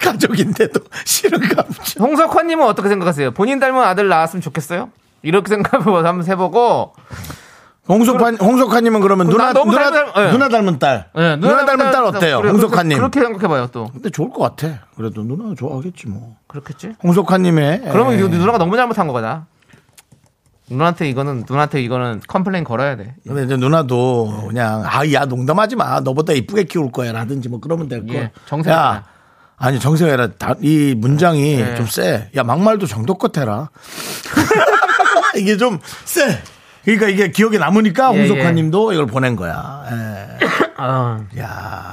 가족인데도 싫은가 보죠. 홍석환님은 어떻게 생각하세요? 본인 닮은 아들 낳았으면 좋겠어요? 이렇게 생각해보고 한번 해보고 홍석환 홍석환님은 그러면 그럼 누나 나 너무 누나 닮은- 예. 누나 닮은 딸. 예, 누나 닮은 딸 어때요, 그래, 홍석환님? 그렇게, 그렇게 생각해봐요 또 근데 좋을 것 같아. 그래도 누나 좋아하겠지 뭐. 그렇겠지? 홍석환님의 그러면 예. 이거 누나가 너무 잘못한 거다. 누나한테 이거는 누나한테 이거는 컴플레인 걸어야 돼. 근데 이제 누나도 그냥 아야 농담하지 마 너보다 이쁘게 키울 거야 라든지 뭐 그러면 될거 예, 정색하라. 아니 정색해라 다- 이 문장이 예. 좀세야 막말도 정도껏 해라 이게 좀세 그러니까 이게 기억에 남으니까 예, 예. 홍석환님도 이걸 보낸 거야 예. 아, 야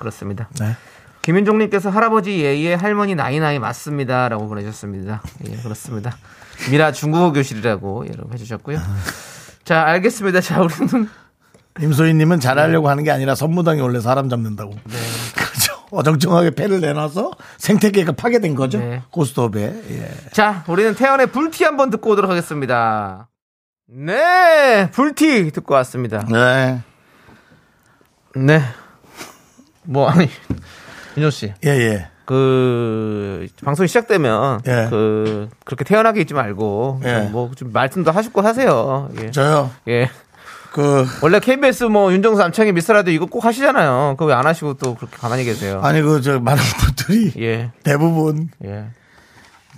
그렇습니다. 네. 김윤종님께서 할아버지 예예 할머니 나이 나이 맞습니다라고 보내셨습니다. 예 그렇습니다. 미라 중국어 교실이라고 여러분 해주셨고요. 자 알겠습니다. 자 우리는 임소희님은 잘하려고 네. 하는 게 아니라 선무당이 원래 사람 잡는다고. 그렇죠. 어정쩡하게 패를 내놔서 생태계가 파괴된 거죠. 네. 고스톱에. 예. 자, 우리는 태연의 불티 한번 듣고 오도록 하겠습니다. 네, 불티 듣고 왔습니다. 네. 네. 뭐 아니 윤정 씨, 예, 예. 그 방송이 시작되면 예. 그 그렇게 태연하게 있지 말고 예. 뭐 좀 말씀도 하시고 하세요. 예. 저요. 예. 그 원래 KBS 뭐 윤정수 암창의 미스라도 이거 꼭 하시잖아요. 그거 왜 안 하시고 또 그렇게 가만히 계세요? 아니 그 저 많은 분들이 예. 대부분 예.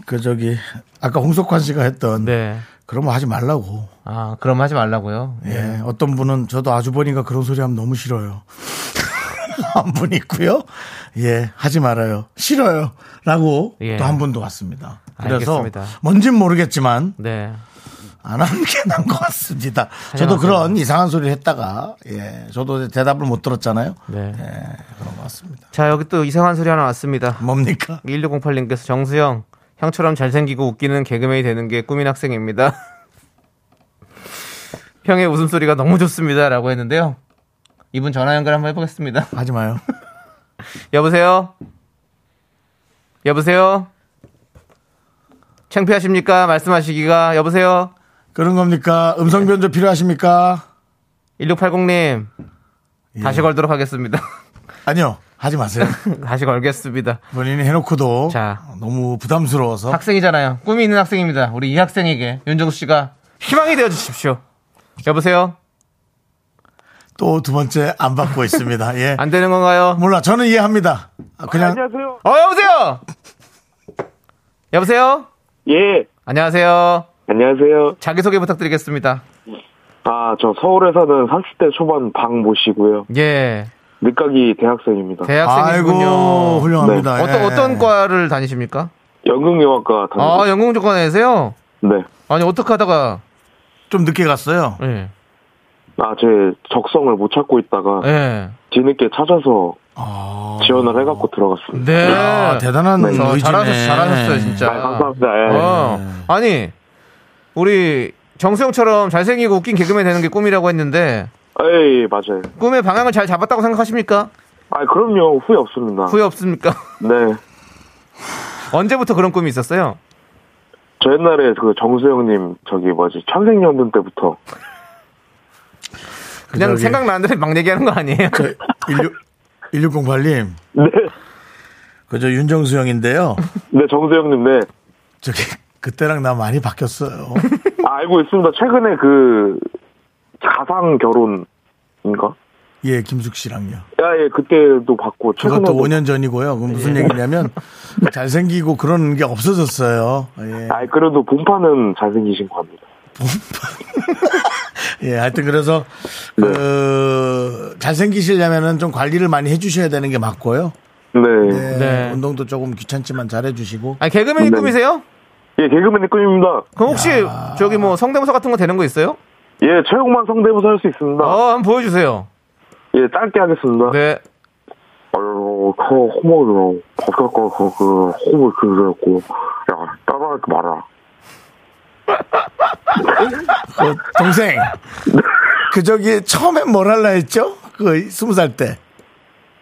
그 저기 아까 홍석환 씨가 했던 네. 그런 거 하지 말라고. 아, 그럼 하지 말라고요. 예. 어떤 분은 저도 아주버니가 그런 소리 하면 너무 싫어요. 한 분 있고요. 예, 하지 말아요. 싫어요. 라고 예. 또 한 분도 왔습니다. 그래서 알겠습니다. 뭔진 모르겠지만 네. 안 하는 게 나은 것 같습니다. 저도 그런 이상한 소리를 했다가, 예, 저도 대답을 못 들었잖아요. 네. 예, 그런 것 같습니다. 자, 여기 또 이상한 소리 하나 왔습니다. 뭡니까? 1608님께서 정수영 형처럼 잘생기고 웃기는 개그맨이 되는 게 꿈인 학생입니다. 형의 웃음소리가 너무 좋습니다라고 했는데요. 이분 전화 연결 한번 해보겠습니다. 하지 마요. 여보세요. 여보세요. 창피하십니까? 말씀하시기가 여보세요. 그런 겁니까? 음성 변조 필요하십니까? 1680님 다시 걸도록 하겠습니다. 아니요. 하지 마세요. 다시 걸겠습니다. 본인이 해놓고도 자. 너무 부담스러워서 학생이잖아요. 꿈이 있는 학생입니다. 우리 이 학생에게 윤정수 씨가 희망이 되어 주십시오. 여보세요. 또 두 번째 안 받고 있습니다. 예. 안 되는 건가요? 몰라. 저는 이해합니다. 아, 그냥 안녕하세요. 어 여보세요. 여보세요. 예. 안녕하세요. 예, 안녕하세요. 자기소개 부탁드리겠습니다. 아, 저 서울에 사는 30대 초반 박 모시고요. 예. 늦가기 대학생입니다. 대학생이군요. 아이고 훌륭합니다. 네. 어떤 예. 어떤 과를 다니십니까? 연극영화과 다니고. 아, 영공조건에세요? 네. 아니, 어떻게 하다가 좀 늦게 갔어요. 예. 아, 제 적성을 못 찾고 있다가 예. 뒤늦게 찾아서 아. 지원을 해갖고 들어갔습니다. 네. 야, 아, 대단한 네. 의지네. 네. 저 잘하셨, 잘하셨어요, 진짜. 아, 감사합니다. 예. 어. 아니, 우리 정수영처럼 잘생기고 웃긴 개그맨 되는 게 꿈이라고 했는데, 에이, 맞아요. 꿈의 방향을 잘 잡았다고 생각하십니까? 아, 그럼요. 후회 없습니다. 후회 없습니까? 네. 언제부터 그런 꿈이 있었어요? 저 옛날에 그 정수영님, 저기 뭐지, 천생연분 때부터. 그냥 저기- 생각나는 대로 막 얘기하는 거 아니에요? 그, 1608님. 네. 그저 윤정수 형인데요. 네, 정수영님, 네. 저기 그때랑 나 많이 바뀌었어요. 아, 알고 있습니다. 최근에 그, 가상 결혼인가? 예, 김숙 씨랑요. 야, 예, 그때도 봤고, 최근에. 그것도 5년 전이고요. 그건 무슨 얘기냐면 잘생기고 그런 게 없어졌어요. 예. 아, 그래도 본판은 잘생기신 것 같습니다. 예, 하여튼 그래서 그 잘생기시려면은 좀 관리를 많이 해주셔야 되는 게 맞고요. 네. 예, 네. 운동도 조금 귀찮지만 잘해주시고. 아니, 개그맨이 네. 꿈이세요? 예, 개그맨의 꿈입니다. 그럼 혹시 저기 뭐 성대모사 같은 거 되는 거 있어요? 예, 최용만 성대모사 할 수 있습니다. 어, 한번 보여주세요. 예, 짧게 하겠습니다. 네. 아유, 그, 호모로, 법격과 그, 그, 호모 그래갖고, 야, 따라하지 마라. 그 동생, 그 저기 처음엔 뭘 할라 했죠? 그 스무 살 때.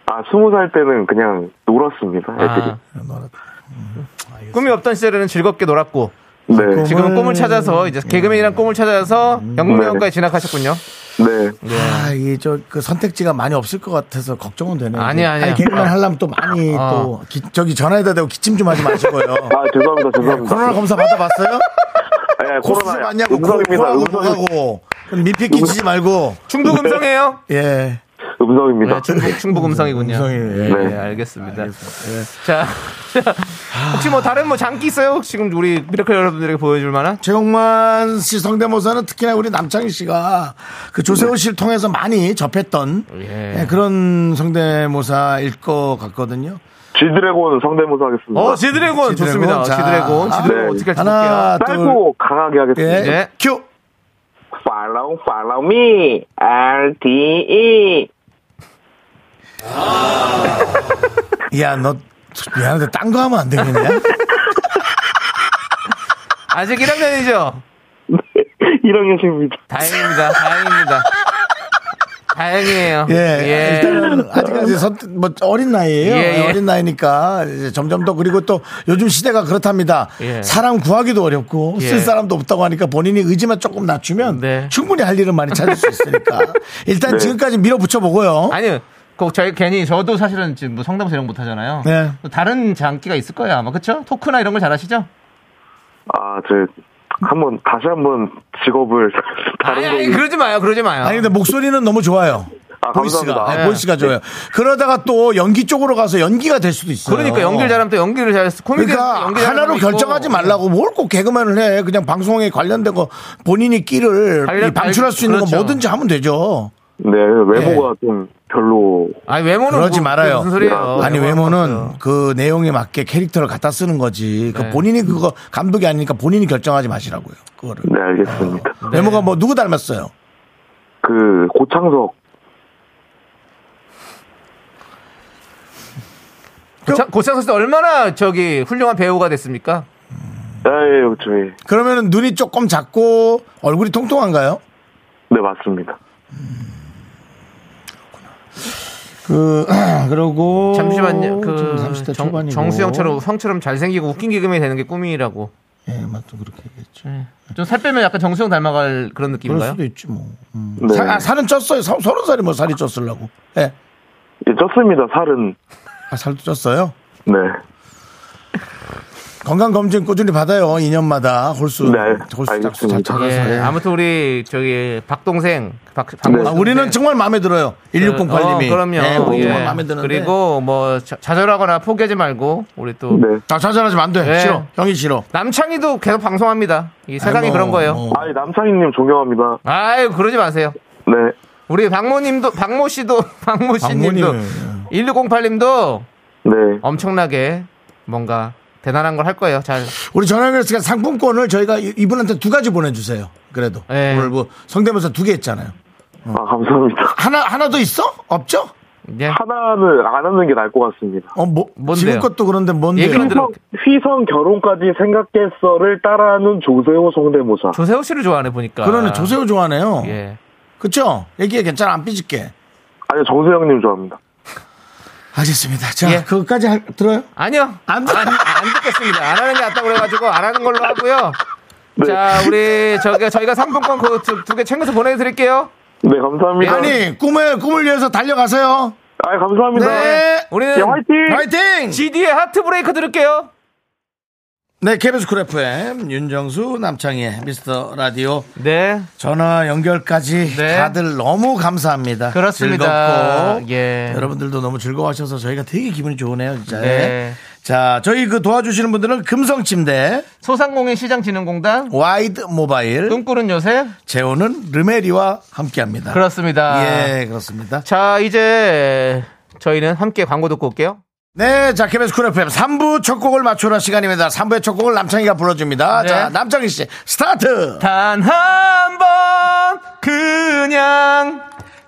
아, 스무 살 때는 그냥 놀았습니다, 애들이. 아, 꿈이 없던 시절에는 즐겁게 놀았고, 네, 지금은 음. 꿈을 찾아서, 이제 개그맨이란 꿈을 찾아서 영국영과에 진학하셨군요. 네. 예. 아, 이 저 그 선택지가 많이 없을 것 같아서 걱정은 되네. 아니야, 아니야. 개그맨 하려면 또 많이 어. 또 기- 저기 전화에다 대고 기침 좀 하지 마시고요. 아, 죄송합니다, 코로나 죄송합니다. 검사 받아봤어요? 예, 코스 코로나, 맞냐고 음성입니다, 코하고 뭐 음성, 코하고 민폐 끼치지 말고 중독 음성이에요? 예. 음성입니다. 네, 충북, 충북 음성이군요. 음성이에요. 예, 네. 알겠습니다. 네. 알겠습니다. 예. 자, 혹시 뭐 다른 뭐 장기 있어요? 지금 우리 미라클 여러분들에게 보여줄 만한? 최홍만 씨 성대모사는 특히나 우리 남창희 씨가 그 조세호 씨를 통해서 많이 접했던 예. 예, 그런 성대모사일 것 같거든요. 지드래곤 성대모사 하겠습니다. 어, 지드래곤 아, 좋습니다. 지드래곤, 자. 지드래곤, 지드래곤 네. 어떻게 할지 하나, 둘, 짧고 강하게 하겠습니다. 예, 네. 큐. Follow, follow me, RTE. 야, 너 미안한데 딴 거 하면 안 되겠냐? 아직 1학년이죠? 1학년생입니다. 다행입니다. 다행입니다. 다행이에요. 예, 일단은 아직까지 선, 뭐 어린 나이에요. 예, 예. 어린 나이니까 이제 점점 더 그리고 또 요즘 시대가 그렇답니다. 예. 사람 구하기도 어렵고 예. 쓸 사람도 없다고 하니까 본인이 의지만 조금 낮추면 네. 충분히 할 일은 많이 찾을 수 있으니까 일단 네. 지금까지 밀어붙여 보고요. 아니요. 꼭 저희 괜히 저도 사실은 지금 뭐 성대모사 이런 거 못하잖아요. 네. 또 다른 장기가 있을 거예요 아마 그쵸? 토크나 이런 걸 잘하시죠? 아, 저, 한번, 다시 한번 직업을 다른 아니, 아니 걸로. 그러지 마요 그러지 마요. 아니 근데 목소리는 너무 좋아요. 아, 보이스가 감사합니다. 네. 아, 보이스가 좋아요. 그러다가 또 연기 쪽으로 가서 연기가 될 수도 있어요. 그러니까 연기를 잘하면 또 연기를 잘했어. 코미디 그러니까 하나로 결정하지 말라고 뭘 꼭 개그맨을 해 그냥 방송에 관련된 거 본인이 끼를 관련- 이 방출할 수 있는 거 그렇죠. 뭐든지 하면 되죠. 네, 외모가 좀 별로. 아니 외모는 그러지 뭐, 말아요. 무슨 소리예요? 아니 외모는 그 내용에 맞게 캐릭터를 갖다 쓰는 거지. 그 네. 본인이 그거 감독이 아니니까 본인이 결정하지 마시라고요. 그거를 네, 알겠습니다. 외모가 뭐 누구 닮았어요? 그, 고창석. 고창, 고창석 씨 얼마나 저기 훌륭한 배우가 됐습니까? 아, 예, 네, 저희. 그러면 눈이 조금 작고 얼굴이 통통한가요? 네, 맞습니다. 그 그러고 잠시만요. 그 지금 30대 정, 초반이고. 정수영처럼 형처럼 잘생기고 웃긴 개그맨이 되는 게 꿈이라고. 예, 맞죠 그렇게 얘기했죠. 예. 좀 살 빼면 약간 정수영 닮아갈 그런 그럴 느낌인가요? 수도 있지 뭐. 음. 네. 사, 아, 살은 쪘어요. 서, 서른 살이 뭐 살이 쪘으려고. 예. 예, 쪘습니다, 살은. 네. 아, 살도 쪘어요? 네. 건강검진 꾸준히 받아요. 2년마다 홀수. 네, 홀수 짝수 알겠습니다. 잘 찾아서. 예, 예. 아무튼 우리 저기 박동생 박, 박 네. 아, 동생. 우리는 정말 마음에 들어요. 1608님이. 어, 그럼요. 예, 우리 정말 예. 마음에 드는데. 그리고 뭐 자- 좌절하거나 포기하지 말고 우리 또 네. 나 좌절하시면 안 돼. 예. 싫어. 형이 싫어. 남창희도 계속 방송합니다. 이 세상이 아이고, 그런 거예요. 어. 아니, 남창희님 존경합니다. 아유 그러지 마세요. 네. 우리 박모님도 박모 씨도 박모 씨님도 박모님은, 예. 1608님도 네. 엄청나게 뭔가 대단한 걸 할 거예요. 잘 우리 전화 연결했으니까 상품권을 저희가 이- 이분한테 두 가지 보내주세요. 그래도. 예. 오늘 뭐 성대모사 두 개 했잖아요. 어. 아, 감사합니다. 하나, 하나 더 있어? 없죠? 예. 하나는 안 하는 게 나을 것 같습니다. 어, 뭐, 뭔데요? 지금 것도 그런데 뭔데? 얘기만 들어. 휘성, 휘성 결혼까지 생각했어를 따라하는 조세호 성대모사. 조세호 씨를 좋아하네 보니까. 그러네. 조세호 좋아하네요. 예. 그쵸? 얘기해. 괜찮아. 안 삐질게. 아니, 정세영님 좋아합니다. 알겠습니다. 자, 예. 그거까지 할- 들어요? 아니요. 안 듣- 안, 안 듣겠습니다. 안 하는 게 낫다고 그래가지고 안 하는 걸로 하고요. 네. 자, 우리 저기 저희가 상품권 그두개 챙겨서 보내드릴게요. 네, 감사합니다. 아니, 꿈에, 꿈을 위해서 달려가세요. 아 감사합니다. 네. 우리는 예, 화이팅! 화이팅! GD의 하트 브레이크 들을게요. 네, KBS 쿨 FM, 윤정수, 남창희의 미스터 라디오. 네, 전화 연결까지 네. 다들 너무 감사합니다. 그렇습니다. 즐겁고 예. 여러분들도 너무 즐거워하셔서 저희가 되게 기분이 좋으네요, 진짜. 네. 자, 저희 그 도와주시는 분들은 금성 침대, 소상공인 시장진흥공단 와이드 모바일, 꿈꾸는 요새 재호는 르메리와 함께합니다. 그렇습니다. 예, 그렇습니다. 자, 이제 저희는 함께 광고 듣고 올게요. 네, 자, KBS 쿨 FM 3부 첫 곡을 맞추는 시간입니다. 3부의 첫 곡을 남창희가 불러줍니다. 네. 자, 남창희 씨, 스타트! 단 한 번 그냥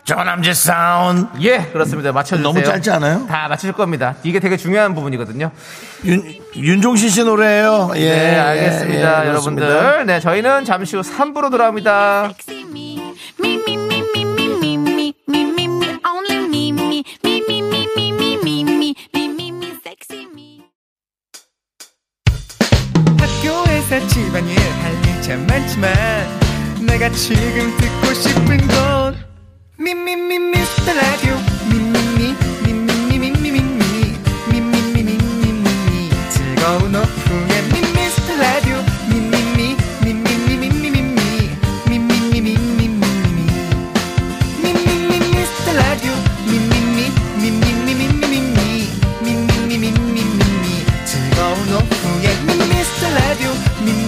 저남지 사운드. 예 그렇습니다 맞춰주세요 너무 짧지 않아요? 다 맞추실 겁니다 이게 되게 중요한 부분이거든요 윤, 윤종신 씨 노래예요 예, 네, 예, 알겠습니다, 예, 그렇습니다. 여러분들. 네, 저희는 잠시 후 3부로 돌아옵니다. 학교에서 집안일 할 일 참 많지만 내가 지금 듣고 싶은 건 미미미 미스터 라디오 미미미 미미미 미미미 미미미 미미미 즐거운 오후에 미스터 라디오 미미미 미미미 미미미 미미미 미미미 미미미 미스터 라디오 미미미 미미미 미미미 미미미 미미미 즐거운 오후에 미스터 라디오 미미미 미미미 미미미 미미미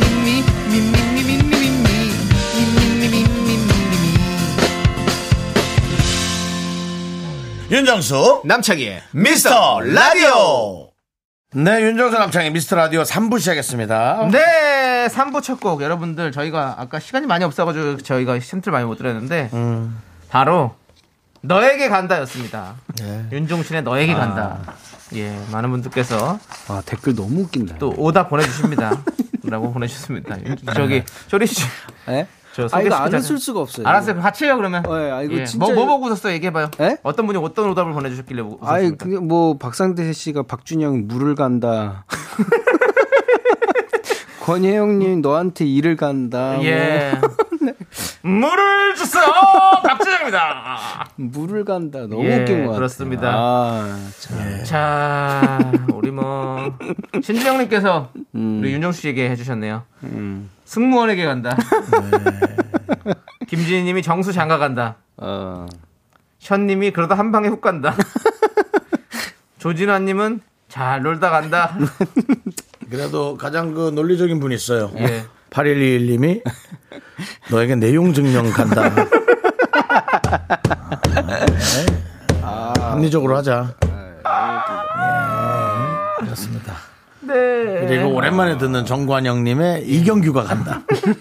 윤정수 남창희의 미스터 라디오 네 윤정수 남창희 미스터 라디오 3부 시작했습니다 네, 3부 첫 곡. 여러분들, 저희가 아까 시간이 많이 없어가지고 저희가 힌트를 많이 못 드렸는데, 음. 바로, 너에게 간다 였습니다. 네. 윤종신의 너에게 간다. 예, 많은 분들께서 아, 댓글 너무 웃긴다. 또 오답 보내주십니다. 라고 보내주셨습니다. 윤- 저기, 쪼리씨. 예? 저 아, 이거 안 소개시키자면- 했을 수가 없어요. 알았어요. 같이 해요, 그러면. 예, 아, 이거 예, 진짜- 뭐, 뭐 보고 웃었어요? 얘기해봐요. 예? 어떤 분이 어떤 오답을 보내주셨길래 웃었습니까? 아니, 그게 뭐, 박상대 씨가 박준영 물을 간다. 권혜영님 너한테 일을 간다. 뭐 예. 네. 물을 주세요! 박진영입니다! 뭐, 물을 간다. 너무 예, 웃긴 것 같아요. 그렇습니다. 아, 참. 네. 자, 우리 뭐, 신지영님께서 우리 윤정수 씨에게 해주셨네요. 음. 승무원에게 간다. 네. 김진희님이 정수 장가 간다. 어. 현님이 그러다 한 방에 훅 간다. 조진아님은 잘 놀다 간다. 그래도 가장 그 논리적인 분이 있어요 예. 8121님이 너에게 내용 증명 간다 아, 합리적으로 하자 예, 그렇습니다 네. 그리고 오랜만에 듣는 정관영님의 이경규가 간다. 예.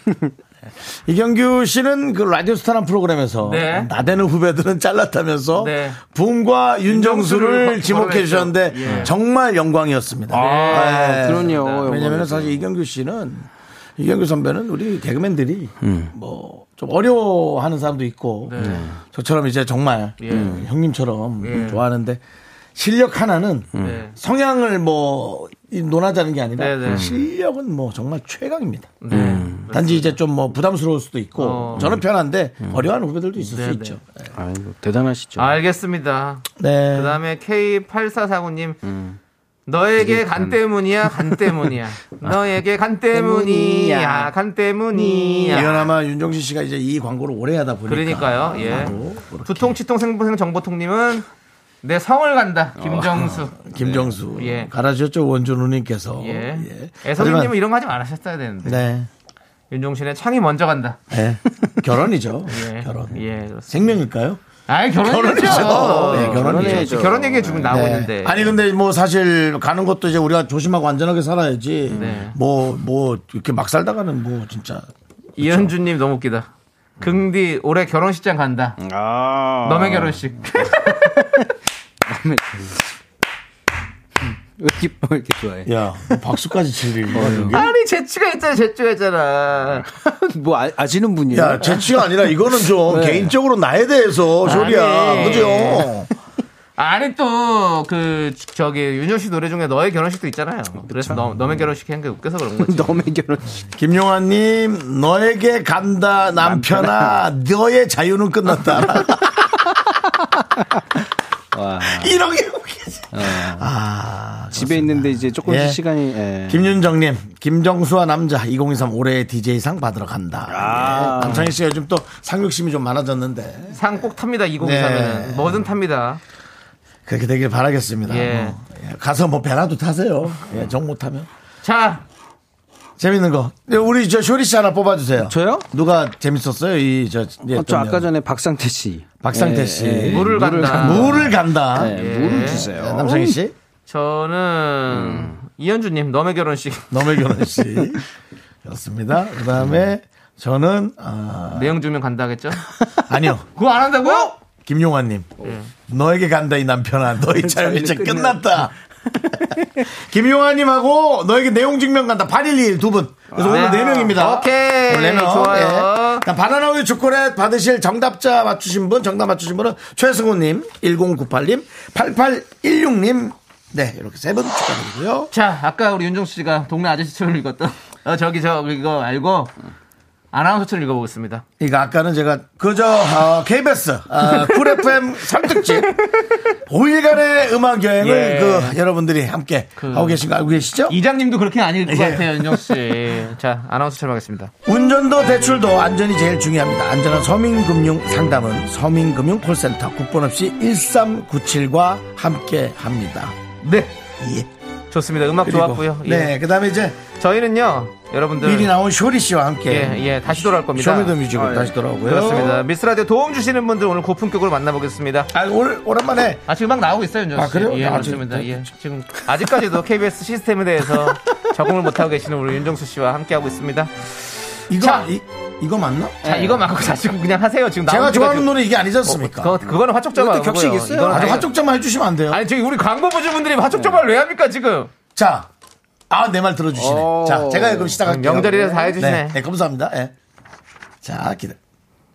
이경규 씨는 그 라디오스타란 프로그램에서 네. 나대는 후배들은 잘랐다면서 네. 붐과 윤정수를 윤정수를 지목해 거론했죠. 주셨는데 예. 정말 영광이었습니다. 예. 아, 그럼요. 왜냐하면 사실 이경규 씨는 이경규 선배는 우리 개그맨들이 뭐 좀 어려워하는 사람도 있고 저처럼 이제 정말 음, 형님처럼 예. 좋아하는데 실력 하나는 네. 성향을 뭐 이- 논하자는 게 아니라 네네. 실력은 뭐 정말 최강입니다. 네. 단지 이제 좀 뭐 부담스러울 수도 있고 어. 네, 저는 편한데 어려워하는 후배들도 있을 수 있죠. 아이고, 대단하시죠. 알겠습니다. 네. 그 다음에 K8449님. 너에게 간 때문이야, 간 때문이야. 너에게 간 때문이야, 간 때문이야. 이연아마 윤종신 씨가 이제 이 광고를 오래 하다 보니까. 그러니까요, 예. 나도 그렇게. 두통, 치통, 생보생, 정보통님은 내 성을 아, 간다, 김정수. 어, 김정수. 네. 예. 가라셨죠, 원준우님께서. 예. 하지만- 애서진님은 이런 거 하지 말았었어야 되는데. 네. 윤종신의 창이 먼저 간다. 네. 결혼이죠. 예. 결혼. 예, 그렇습니다. 생명일까요? 아이, 결혼이죠. 결혼이죠. 예, 결혼이죠. 결혼이죠. 결혼 얘기 지금 나오고 네. 있는데. 아니 근데 뭐 사실 가는 것도 이제 우리가 조심하고 안전하게 살아야지. 네. 뭐 뭐 이렇게 막 살다가는 뭐 진짜 이현주님 너무 웃기다. 음. 긍디 올해 결혼식장 간다. 아. 너의 결혼식. 음. 왜 기뻐 왜 이렇게 좋아해? 야뭐 박수까지 칠 일. 이게? 아니 재치가 있잖아, 재치가 네. 있잖아. 뭐 아, 시는 분이에요? 야 재치가 아니라 이거는 좀 네. 개인적으로 나에 대해서 소리야. 아니. 그죠? 아니 또 그 저기 윤효 씨 노래 중에 너의 결혼식도 있잖아요. 그래서 너, 음. 너의 결혼식 한게 웃겨서 그런 거지. 너의 결혼식. 김용환님 너에게 간다 남편아 너의 자유는 끝났다. 와. 이런 게 웃기지. 집에 있는데 이제 조금씩 예. 시간이. 예. 김윤정님, 김정수와 남자 2023 올해의 DJ상 받으러 간다. 아. 남창희 씨가 요즘 또 상륙심이 좀 많아졌는데 상 꼭 탑니다 2023은 네. 뭐든 탑니다. 그렇게 되길 바라겠습니다. 예. 어, 예. 가서 뭐 배라도 타세요. 예, 정 못하면 자 재밌는 거. 예, 우리 저 쇼리 씨 하나 뽑아주세요. 저요? 누가 재밌었어요? 이저 어, 저 아까 전에 예, 박상태 씨. 박상태 씨. 물을 간다. 네, 물을 간다. 네, 음. 물을 주세요. 예, 남창희 씨, 저는 이현주님 너의 결혼식 너의 결혼 씨. 였습니다. 그다음에 저는 아, 내용 주면 간다겠죠? 아니요. 그거 안 한다고요? 김용환님, 예. 너에게 간다 이 남편아, 너의 자연 이제 끝났다. 김용환님하고 너에게 내용 증명 간다. 811 두 분. 그래서 오늘 네 명입니다. 아. 오케이. 오늘 네 명. 좋아요. 예. 일단 바나나 우유 초콜릿 받으실 정답자 맞추신 분, 정답 맞추신 분은 최승우님, 1098님, 8816님. 네, 이렇게 세 분 축하드리고요. 자, 아까 우리 윤종수 씨가 동네 아저씨처럼 읽었던 어, 저기 저 이거 알고 아나운서처럼 읽어보겠습니다. 이거 그러니까 아까는 제가 그저 어, KBS 어, 쿨 FM 설득집 5일간의 음악 여행을 예. 그 그 여러분들이 함께 하고 계신 거 알고 계시죠? 이장님도 그렇게 안 읽을 것 예. 같아요, 윤종수 씨. 자, 아나운서처럼 하겠습니다. 운전도 대출도 안전이 제일 중요합니다. 안전한 서민금융 상담은 서민금융콜센터 국번 없이 1397과 함께 합니다. 네, 예. 좋습니다. 음악 그리고, 좋았고요. 예. 네, 그다음에 이제 저희는요, 여러분들 미리 나온 쇼리 씨와 함께 예, 예, 다시 돌아올 네. 겁니다. 쇼미더뮤직으로 아, 예. 다시 돌아오고요. 그렇습니다. 미스 라디오 도움 주시는 분들 오늘 고품격으로 만나보겠습니다. 아, 올, 오랜만에 아 지금 막 나오고 있어요, 윤정수 아, 씨. 그래요? 예, 아, 맞습니다. 지금- 예, 지금 아직까지도 KBS 시스템에 대해서 적응을 못하고 계시는 우리 윤정수 씨와 함께하고 있습니다. 이거 자. 이, 이거 맞나? 자, 이거 막고 자시고 그냥 하세요. 지금 네. 제가 나온 지가 좋아하는 지금- 노래 이게 아니지 않습니까? 그거 그거는 화촉점화 격식 있어요? 아주 네. 화쪽점만 해주시면 안 돼요. 아니 저기 우리 광고부주분들이 화촉점화를 왜 합니까 지금? 자, 아, 내 말 들어주시네. 오. 자, 제가 그럼 시작할게요. 명절이라 음, 다 해주시네. 네, 네, 감사합니다. 예. 자, 기다.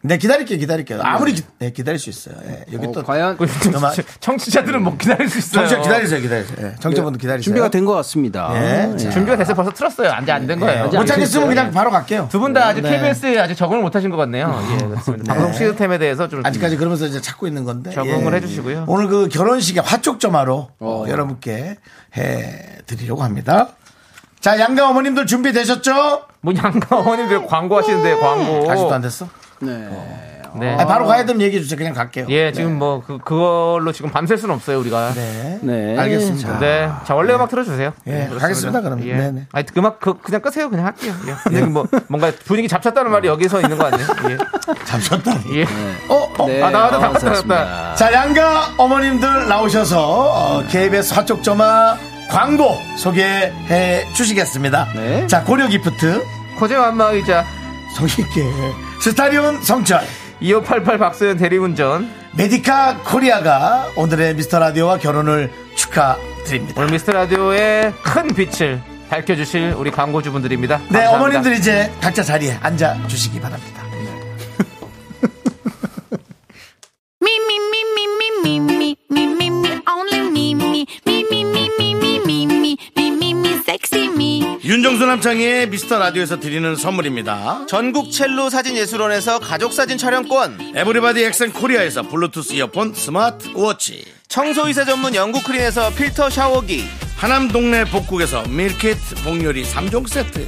네, 기다릴게요, 기다릴게요. 아무리 기, 네, 기다릴 수 있어요. 예, 여기 어, 또. 과연 우리 청취자- 청취자들은 못 기다릴 수 있어요. 네. 정치자 아- 기다리세요, 기다리세요. 예, 정치분들 기다리세요. 준비가 된 것 같습니다. 예. 자, 준비가 돼서 벌써 틀었어요. 안돼 안 된 거예요. 네, 못 찾겠으면 그냥 바로 갈게요. 네. 두 분 다 아직 네. KBS에 아직 적응을 못 하신 것 같네요. 예, 그렇습니다. 방송 시스템에 대해서 좀 아직까지 그러면서 이제 찾고 있는 건데. 적응을 예. 해주시고요. 오늘 그 결혼식의 화촉점화로 어, 여러분께 해 드리려고 합니다. 자, 양가 어머님들 준비되셨죠? 뭐 양가 어머님들 광고하시는데 광고. 아직도 안 됐어? 네. 아, 바로 가야 되면 얘기해 주세요. 그냥 갈게요. 예, 지금 뭐 그 그걸로 지금 밤샐 수는 없어요 우리가. 네. 네. 네. 알겠습니다. 자 원래 음악 틀어주세요. 예, 네, 그렇습니다. 가겠습니다, 그럼. 예. 네네. 아니 음악 그, 그냥 끄세요 그냥 할게요. 예. 근데 뭐 뭔가 분위기 잡쳤다는 말이 여기서 있는 거 아니에요? 잠셨다. 예. 예. 어, 어. 네, 아 나왔다 나왔다 나왔습니다. 나왔다. 자, 양가 어머님들 나오셔서 어, KBS 화촉점화 광고 소개해 주시겠습니다. 네. 자, 고려 기프트, 코제 안마 의자 성인계, 스타리온 성철, 2588 박소연 대리운전 메디카 코리아가 오늘의 미스터 라디오와 결혼을 축하드립니다. 오늘 미스터 라디오의 큰 빛을 밝혀주실 우리 광고주분들입니다. 네, 감사합니다. 어머님들 이제 각자 자리에 앉아 주시기 바랍니다. Me, me, me, me, me, me, me, me, me, me, only me, me, me, me, me, me, me, me, me, me, me, me, sexy me. 윤정수 남창희의 미스터 라디오에서 드리는 선물입니다. 전국 첼로 사진예술원에서 가족사진 촬영권 에브리바디 엑센 코리아에서 블루투스 이어폰 스마트 워치. 청소이사 전문 영국크린에서 필터 샤워기 하남 동네 복국에서 밀키트 복요리 3종 세트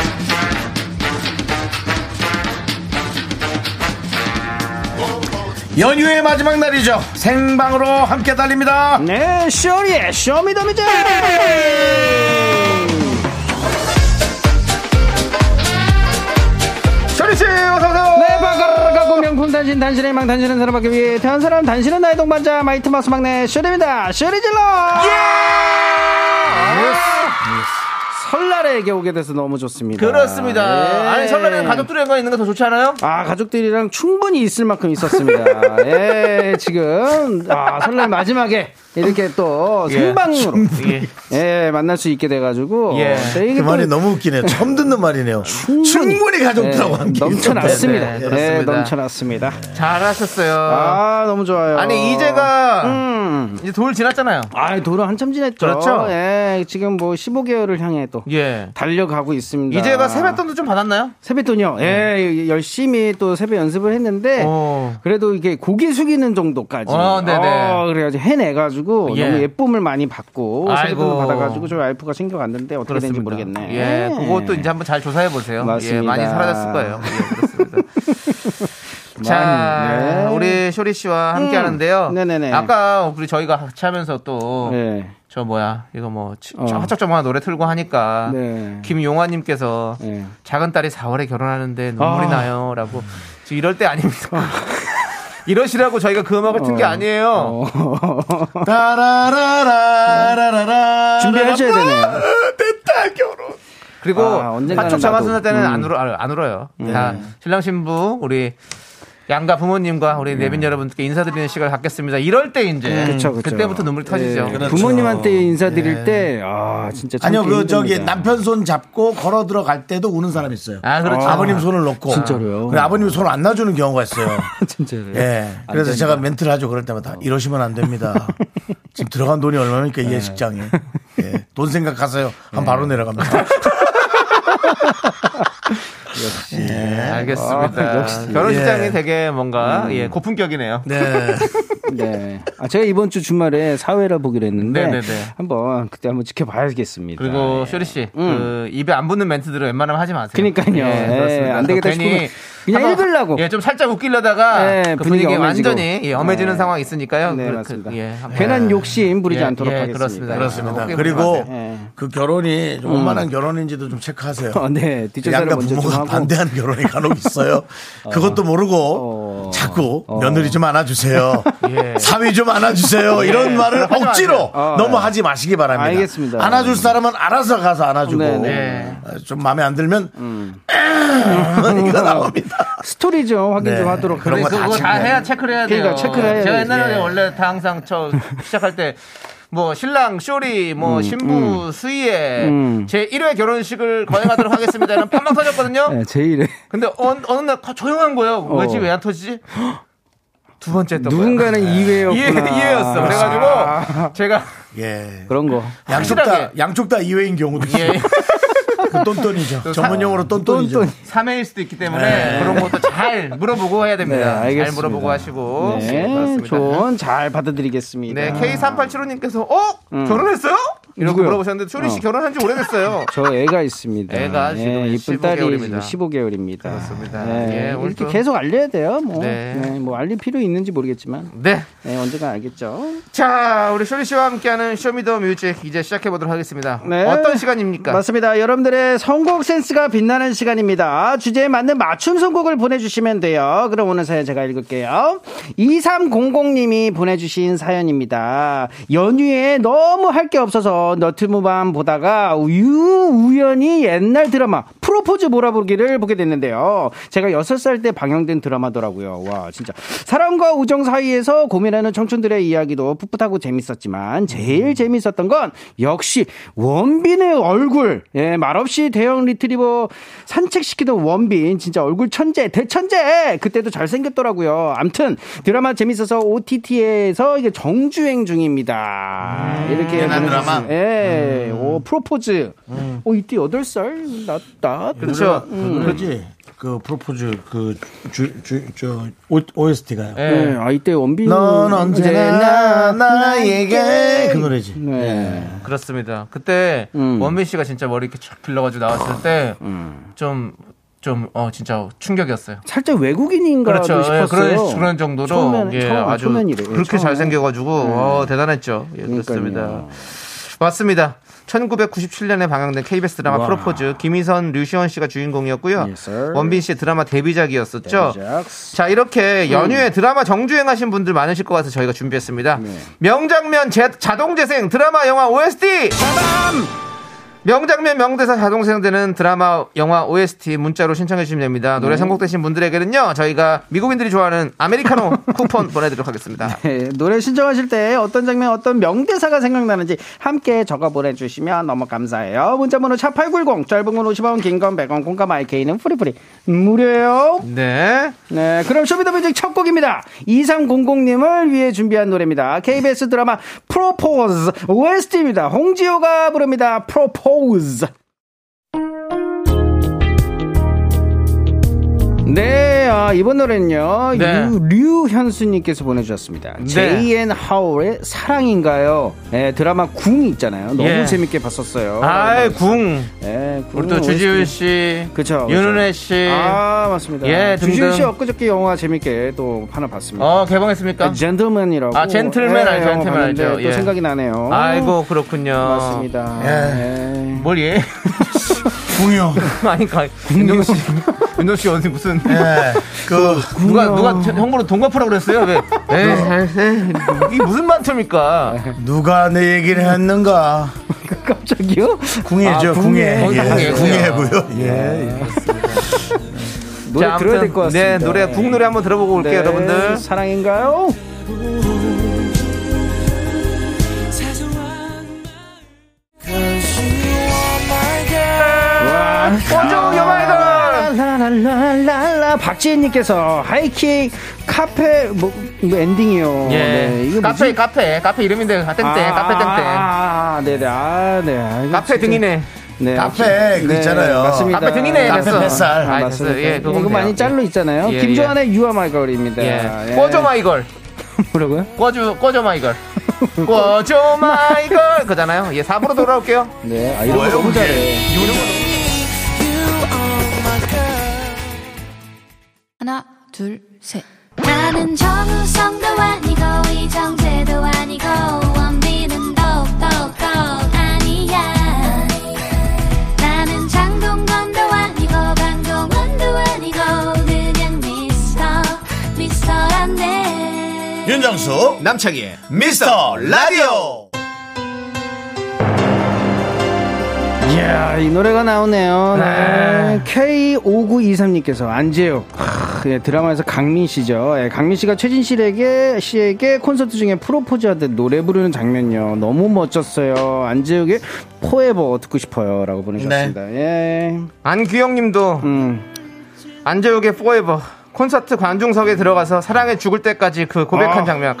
연휴의 마지막 날이죠 생방으로 함께 달립니다 네, 쇼리의 쇼미더미즈! 쇼리씨 어서오세요 네, 바가라가고 명품 단신, 단신의 망, 단신은 사람밖에 위해 태어난 사람, 단신은 나의 동반자, 마이트마스 막내 쇼리입니다. 쇼리질러! 예! 설날에게 오게 돼서 너무 좋습니다. 아, 그렇습니다 예. 아니 설날에는 가족들과 있는 게 더 좋지 않아요? 아, 가족들이랑 충분히 있을 만큼 있었습니다. 예, 지금, 아, 설날 마지막에 이렇게 또 생방으로, 예. 만날 수 있게 돼가지고, 예. 되게 그 또 말이 너무 웃기네요 처음 듣는 말이네요 충분히 가족들하고 함께 예, 네, 넘쳐났습니다. 네, 네, 그렇습니다. 넘쳐났습니다. 잘하셨어요 아, 너무 좋아요. 아니 이제가 음. 이제 돌 지났잖아요 아, 도로 한참 지났죠. 그렇죠. 예, 지금 뭐 15개월을 향해 또 예 달려가고 있습니다. 이제가 세뱃돈도 좀 받았나요? 세뱃돈이요. 예, 열심히 또 세배 연습을 했는데 어. 그래도 이게 고개 숙이는 정도까지. 어, 네네. 어, 그래가지고 해내가지고 예. 너무 예쁨을 많이 받고 아이고. 세뱃돈을 받아가지고 저희 와이프가 챙겨갔는데 어떻게 된지 그렇습니다. 모르겠네. 예, 그것도 이제 한번 잘 조사해 보세요. 맞습니다. 예, 많이 사라졌을 거예요. 예, 그렇습니다. 자, 많이, 네. 우리 쇼리 씨와 함께 음. 하는데요. 네네네. 아까 우리 저희가 같이 하면서 또 저 예. 뭐야 이거 뭐 치- 어. 저 화짝조만한 노래 틀고 하니까 네. 김용화님께서 예. 작은 딸이 4월에 결혼하는데 눈물이 아. 어. 나요라고 지금 이럴 때 아닙니다. 이러시라고 저희가 그 음악을 튼 게 아니에요. 어. 따라라라라라라 준비하셔야 아, 되네요. 됐다 결혼 그리고 아, 언젠가는 파촉 장화순사 나도. 때는 음. 네. 안, 울어, 안 울어요. 다 신랑 신부 우리 양가 부모님과 우리 내빈 여러분께 인사드리는 시간을 갖겠습니다. 이럴 때 이제 음. 그쵸, 그쵸. 그때부터 눈물이 터지죠. 예. 예, 부모님한테 그렇죠. 인사드릴 때, 아, 진짜. 참기 아니요 그 저기 힘듭니다. 남편 손 잡고 걸어 들어갈 때도 우는 사람 있어요 아 그렇죠. 아, 버님 손을 놓고 진짜로요? 그래, 아버님 손을 안 놔주는 경우가 있어요 진짜로요? 예 그래서 제가 멘트를 하죠 그럴 때마다 이러시면 안 됩니다 지금 들어간 돈이 얼마입니까 네. 이 예식장에 예, 돈 생각하세요 한 바로 내려갑니다 네, 알겠습니다. 아, 역시. 음. 결혼식장이 예. 되게 뭔가 예, 고품격이네요. 네 네. 아, 제가 이번 주 주말에 사회라 보기로 했는데 네네네. 한번 그때 한번 지켜봐야겠습니다. 그리고 예. 쇼리 씨, 그 입에 안 붙는 멘트들은 웬만하면 하지 마세요. 그러니까요. 예, 예, 그렇습니다. 안 되겠다 괜히 싶으면 그냥 한번- 읽으려고. 예, 좀 살짝 웃기려다가 예, 그 분위기 분위기 엄해지고. 완전히 예, 엄해지는 네. 상황이 있으니까요. 네, 그- 그- 맞습니다. 예, 한번- 괜한 욕심 부리지 예, 않도록 예, 하겠습니다. 그렇습니다. 그렇습니다 아, 그리고 예. 그 결혼이 좀 원만한 결혼인지도 좀 체크하세요 음. 어, 네. 뒷조사를 양가 먼저 좀 부모가 하고. 반대하는 결혼이 간혹 있어요. 그것도 모르고 어. 자꾸 어. 며느리 좀 안아주세요. 예. 사위 좀 안아주세요. 이런 말을 하지 억지로 네. 마세요. 어, 너무 네. 하지 마시기 바랍니다. 알겠습니다. 안아줄 사람은 알아서 가서 안아주고 네, 네. 어, 좀 마음에 안 들면 이거 나옵니다. 스토리 좀 확인 네. 좀 하도록 그런 거다 하겠습니다. 그거 다 챙겨야 해야 체크를 해야 돼요. 그러니까 체크를 해야 제가 돼요. 옛날에 예. 원래 다 항상 저 시작할 때. 뭐 신랑 쇼리 뭐 신부 수희의 음. 제 1회 결혼식을 거행하도록 하겠습니다 이런 판망 터졌거든요 네, 제일에 근데 어, 어느 날 거- 조용한 거예요 어. 왜지 왜 안 터지지 두 번째 했던 누군가는 거예요. 이해, 이외였구나. 이해였어 그래가지고 제가 예. 그런 거. 양쪽 다 확실하게. 양쪽 다 이외인 경우도 있어요. 예, 그 똔똔이죠. 전문용어로 똔똔이죠. 그 똔똔. 3회일 수도 있기 때문에 그런 것도 잘 물어보고 해야 네, 됩니다 잘 알겠습니다. 물어보고 하시고 예, 네, 그렇습니다. 조언 잘 받아드리겠습니다. 네, K3875님께서, 어? 결혼했어요? 이러고 음. 누구요? 물어보셨는데, 쇼리 씨 어. 결혼한 지 오래됐어요. 저 애가 있습니다. 네, 애가 지금 이쁜 15 딸이 개월입니다. 15개월입니다. 네, 그렇습니다. 예, 오늘 이렇게 또- 계속 알려야 돼요. 뭐, 네. 네, 뭐 알릴 필요 있는지 모르겠지만 네. 네, 언젠가 알겠죠. 자, 우리 쇼리 씨와 함께하는 쇼미더 뮤직 이제 시작해보도록 하겠습니다. 네. 어떤 시간입니까? 맞습니다. 여러분들의 선곡 센스가 빛나는 시간입니다. 주제에 맞는 맞춤 선곡을 보내주시면 돼요. 그럼 오늘 사연 제가 읽을게요. 2300님이 보내주신 사연입니다. 연휴에 너무 할 게 없어서 어, 너트무밤 보다가 유, 우연히 옛날 드라마 프로포즈 몰아보기를 보게 됐는데요. 제가 여섯 살 때 방영된 드라마더라고요. 와, 진짜. 사랑과 우정 사이에서 고민하는 청춘들의 이야기도 풋풋하고 재밌었지만 음. 제일 재밌었던 건 역시 원빈의 얼굴. 예, 말없이 대형 리트리버 산책시키던 원빈. 진짜 얼굴 천재, 대천재! 그때도 잘생겼더라고요. 암튼 드라마 재밌어서 OTT에서 이게 정주행 중입니다. 이렇게. 옛날 음. 드라마? 음. 보내주셨어요. 예, 오, 프로포즈. 오, 이때 8살? 낫다. 그렇죠. 그러지. 그 프로포즈 그주주저 OST가요. 예, 아, 이때 원빈이. 네. 넌 언제나 나- 나에게 그 노래지. 네. 그렇습니다. 그때 음. 원빈 씨가 진짜 머리 이렇게 쫙 길러가지고 나왔을 때 좀 좀 어 진짜 충격이었어요. 살짝 외국인인가 그렇죠. 예, 싶었어요. 그런, 그런 정도로 처음에는- 예, 처음, 아주 초면이래요. 그렇게 처음에. 네. 잘생겨가지고 어, 대단했죠. 예, 그렇습니다. 그러니까요. 맞습니다. 1997년에 방영된 KBS 드라마 프로포즈 김희선, 류시원 씨가 주인공이었고요. Yes, sir. 원빈 씨의 드라마 데뷔작이었었죠. 데뷔작. 자 이렇게 연휴에 드라마 정주행하신 분들 많으실 것 같아서 저희가 준비했습니다. 명장면 제- 자동 재생 드라마 영화 OST. 명장면 명대사 자동 생되는 드라마 영화 OST 문자로 신청해 주시면 됩니다. 노래 선곡되신 분들에게는요 저희가 미국인들이 좋아하는 아메리카노 쿠폰 보내드리도록 하겠습니다. 예, 노래 신청하실 때 어떤 장면, 어떤 명대사가 생각나는지 함께 적어 보내주시면 너무 감사해요. 문자번호 샵8910, 짧은 건 50원, 긴 건 100원, 공감 IK는 프리프리. 무료예요. 네. 네, 그럼 쇼미더뮤직 첫 곡입니다. 2300님을 위해 준비한 노래입니다. KBS 드라마 프로포즈 OST입니다. 홍지호가 부릅니다. 프로포즈. 네, 아, 이번 노래는요, 네. 류, 류현수님께서 보내주셨습니다. JN 하울의 사랑인가요? 네, 드라마 궁 있잖아요. 너무 예. 재밌게 봤었어요. 아이 궁. 예, 궁 우리 또 주지훈 OST. 씨, 그쵸, 그쵸. 윤은혜 씨, 아 맞습니다. 예, 주준 씨 등등. 엊그저께 영화 재밌게 또 하나 봤습니다. 어 개봉했습니까? 젠틀맨이라고. 아, 젠틀맨 알죠, 영화 젠틀맨 봤는데 알죠. 또 예. 생각이 나네요. 아이고 그렇군요. 맞습니다. 예. 뭘 예? 궁요. 아니 가 윤정 씨, 윤정 씨 어디 무슨 네. 예. 그 누가 누가 형부로 동갑하라 그랬어요? 왜? 네. 네. 에이, 이게 무슨 만점입니까? 누가 내 얘기를 했는가? 갑자기요? 궁예죠. 아, 궁예. 궁예. 예. 궁예고요. 궁예고요. 예. 노래 자, 아무튼, 들어야 될 것네 같습니다. 노래 네. 국 노래 한번 들어보고 올게요, 네, 여러분들. 사랑인가요? 원조 영화이다. 라라라라라 박지혜님께서 하이킥 카페 뭐, 뭐 엔딩이요. 예. 네, 이거 카페 뭐지? 카페 카페 이름인데 아, 땡땡 카페 땡땡. 아, 네네 아, 네. 아, 이거 카페 진짜- 등이네. 네. 카페 그 있잖아요. 맞습니다. 카페 등이네. 카페 됐어. 뱃살. 아, 됐어. 맞습니다. 예, 이거 그건 돼요. 많이 짤로 있잖아요. 예, 김조한의 유아 마이걸입니다. 예. 꼬조 마이걸. 뭐라고요? 꼬조 꼬조 마이걸. 꼬조 마이걸 그잖아요. 예, 4부로 돌아올게요. 네, 아, 이런 거 너무 잘해. 하나, 둘, 셋. 나는 정우성도 아니고, 이정재도 아니고, 원빈은 더욱더 아니야. 나는 장동건도 아니고, 강동원도 아니고, 그냥 미스터, 미스터란데. 윤정수 남창희 미스터 라디오. 이야, 이 노래가 나오네요. 네. K5923님께서 안재요. 하, 예, 드라마에서 강민 씨죠. 예, 강민 씨가 최진 씨에게, 씨에게 콘서트 중에 프로포즈하듯 노래 부르는 장면요. 너무 멋졌어요. 안재욱의 포에버 듣고 싶어요. 라고 보내주셨습니다. 네. 예. 안규영 님도 음. 안재욱의 포에버 콘서트 관중석에 들어가서 사랑해 죽을 때까지 그 고백한 장면.